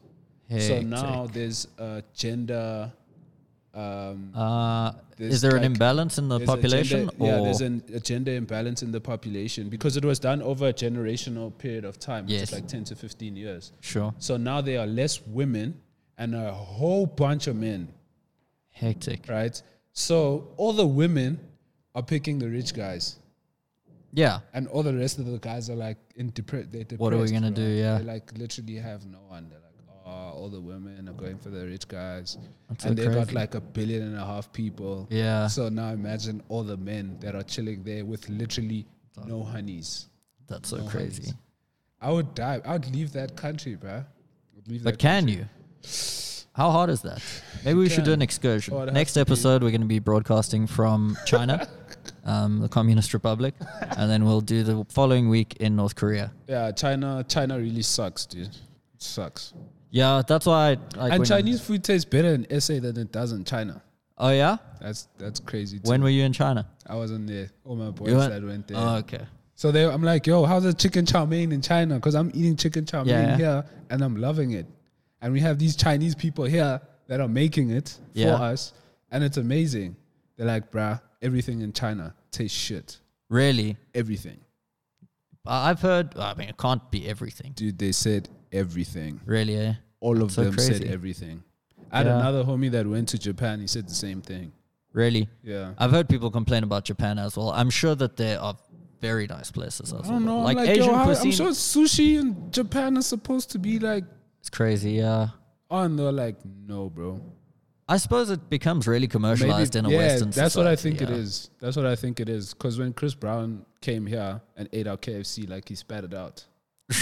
S2: So
S1: Hectic.
S2: now there's a gender. Um,
S1: uh,
S2: there's
S1: is there an
S2: like-
S1: imbalance in the
S2: there's a
S1: population?
S2: gender- yeah,
S1: or-
S2: there's an, a gender imbalance in the population because it was done over a generational period of time, which
S1: Yes.
S2: is like 10 to 15 years.
S1: sure.
S2: So now there are less women and a whole bunch of men,
S1: Hectic.
S2: right? So all the women are picking the rich guys.
S1: Yeah.
S2: And all the rest of the guys are like in depre- they're depressed.
S1: What are we gonna
S2: right?
S1: do? Yeah.
S2: They like literally have no one. They're like, oh, all the women are going for the rich guys,
S1: That's so
S2: and they got
S1: crazy.
S2: like a billion and a half people.
S1: Yeah.
S2: So now imagine all the men that are chilling there with literally no honeys.
S1: That's so
S2: No
S1: crazy.
S2: honeys. I would die. I would leave that country, bruh. I'd leave
S1: But
S2: that
S1: can you? How hard is that? Maybe we should do an
S2: can.
S1: excursion.
S2: Oh, it has
S1: Next
S2: to be.
S1: episode, we're going to be broadcasting from China, um, the Communist Republic, and then we'll do the following week in North Korea.
S2: Yeah, China. China really sucks, dude. It sucks.
S1: Yeah, that's why. I, like
S2: and
S1: when-
S2: Chinese food tastes better in SA than it does in China.
S1: Oh yeah.
S2: That's that's crazy. Too.
S1: When were you in China?
S2: I wasn't there, all my boys
S1: You went-
S2: that went there.
S1: Oh, okay.
S2: So they, I'm like, yo, how's the chicken chow mein in China? Because I'm eating chicken chow mein
S1: Yeah.
S2: here and I'm loving it. And we have these Chinese people here that are making it
S1: Yeah.
S2: for us, and it's amazing. They're like, bruh, everything in China tastes shit.
S1: Really?
S2: Everything,
S1: I- I've heard. I mean, it can't be everything.
S2: dude. They said everything.
S1: Really? Eh?
S2: All of
S1: so
S2: them said
S1: crazy.
S2: everything. I had
S1: Yeah.
S2: another homie that went to Japan. He said the same thing.
S1: Really?
S2: Yeah.
S1: I've heard people complain about Japan as well. I'm sure that there are very nice places. As
S2: I don't
S1: well.
S2: know.
S1: Like,
S2: Like, like
S1: Asian
S2: yo, how-
S1: cuisine.
S2: I'm sure sushi in Japan is supposed to be like
S1: It's crazy. Yeah.
S2: on. They're like, no, bro.
S1: I suppose it becomes really commercialized in a Western
S2: that's what I
S1: society,
S2: think it
S1: yeah.
S2: is. That's what I think it is. Because when Chris Brown came here and ate our KFC, like he spat it out.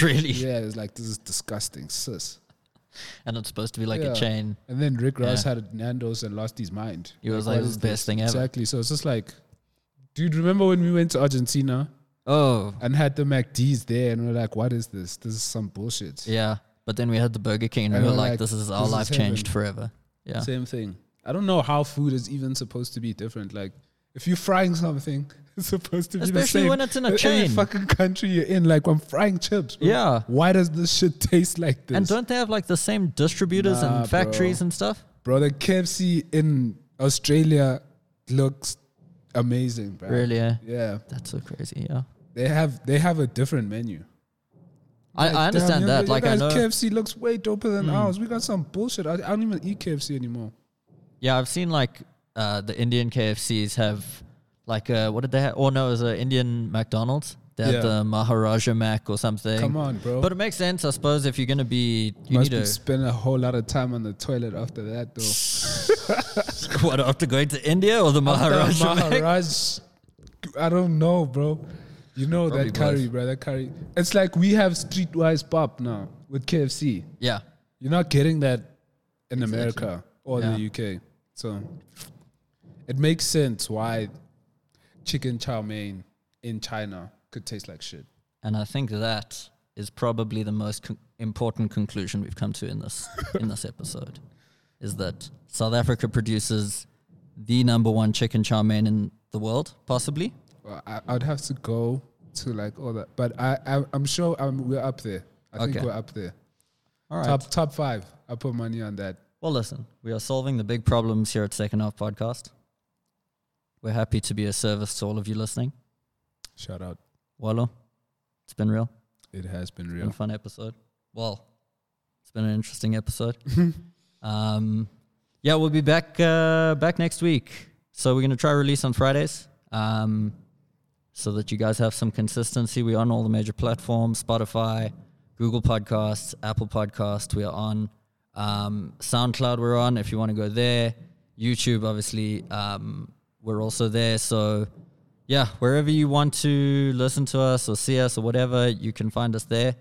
S1: Really?
S2: Yeah, it's like this is disgusting, sis.
S1: And it's supposed to be like
S2: Yeah.
S1: a chain.
S2: And then Rick Ross
S1: Yeah.
S2: had Nando's and lost his mind.
S1: He was like,
S2: what
S1: "This is the best thing ever."
S2: Exactly. So it's just like, dude, remember when we went to Argentina
S1: Oh,
S2: and had the MacDs there, and we're like, what is this? This is some bullshit.
S1: yeah. But then we had the Burger King and,
S2: And
S1: we were
S2: we're
S1: like,
S2: like,
S1: this is our
S2: this is
S1: life changed
S2: heaven.
S1: forever. Yeah.
S2: Same thing. I don't know how food is even supposed to be different. Like, if you're frying something, it's supposed to be the
S1: Especially
S2: same.
S1: when it's in a
S2: Every
S1: chain.
S2: fucking country you're in, like, I'm frying chips. bro.
S1: Yeah.
S2: Why does this shit taste like this?
S1: And don't they have like the same distributors
S2: Nah,
S1: and factories
S2: bro.
S1: and stuff?
S2: bro, the KFC in Australia looks amazing, bro.
S1: Really? Yeah.
S2: Yeah.
S1: That's so crazy. Yeah.
S2: They have they have a different menu.
S1: I, I understand that. Like, I know. Hmm.
S2: KFC looks way doper than ours. We got some bullshit. I, I don't even eat KFC anymore.
S1: Yeah, I've seen like uh, the Indian KFCs have like uh what did they have? Oh no, it was an Indian McDonald's. They had
S2: Yeah.
S1: the Maharaja Mac or something.
S2: Come on, bro.
S1: But it makes sense, I suppose, if you're gonna be you
S2: Must
S1: need
S2: be spend a whole lot of time on the toilet after that, though.
S1: to what after going to India or the
S2: Maharaj,
S1: Maharaja Mac?
S2: I don't know, bro. You know
S1: Probably
S2: that curry, bro. That curry. It's like we have streetwise pop now with KFC.
S1: Yeah.
S2: You're not getting that in America or
S1: Yeah.
S2: the UK. So it makes sense why chicken chow mein in China could taste like shit.
S1: And I think that is probably the most con- important conclusion we've come to in this in this episode is that South Africa produces the number one chicken chow mein in the world, possibly.
S2: Well, I, I'd have to go to like all that, but I, I I'm sure um we're up there. I
S1: Okay.
S2: think we're up there.
S1: All right.
S2: Top top five. I put money on that.
S1: Well, listen, we are solving the big problems here at Second Half Podcast. We're happy to be a service to all of you listening.
S2: Shout out.
S1: Wallo, it's been real.
S2: It has been
S1: Been a
S2: real.
S1: fun episode. Well, it's been an interesting episode. um, yeah, we'll be back uh, back next week. So we're gonna try release on Fridays, um, so that you guys have some consistency. We're on all the major platforms: Spotify, Google Podcasts, Apple Podcasts. We are on um, SoundCloud. We're on if you want to go there. YouTube, obviously, um, we're also there. So yeah, wherever you want to listen to us or see us or whatever, you can find us there.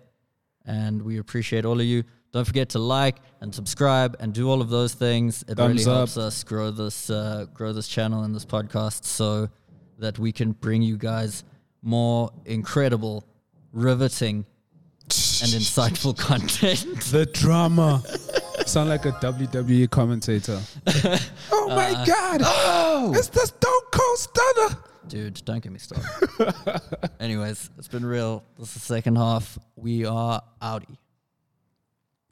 S1: And we appreciate all of you. Don't forget to like and subscribe and do all of those things. It
S2: Thumbs
S1: really
S2: up.
S1: helps us grow this uh, grow this channel and this podcast so that we can bring you guys more incredible, riveting, and insightful content.
S2: The drama. Sound like a WWE commentator. oh my god! It's the Stone Cold Stunner.
S1: Dude, don't get me started. Anyways, it's been real. This is the second half. We are outie.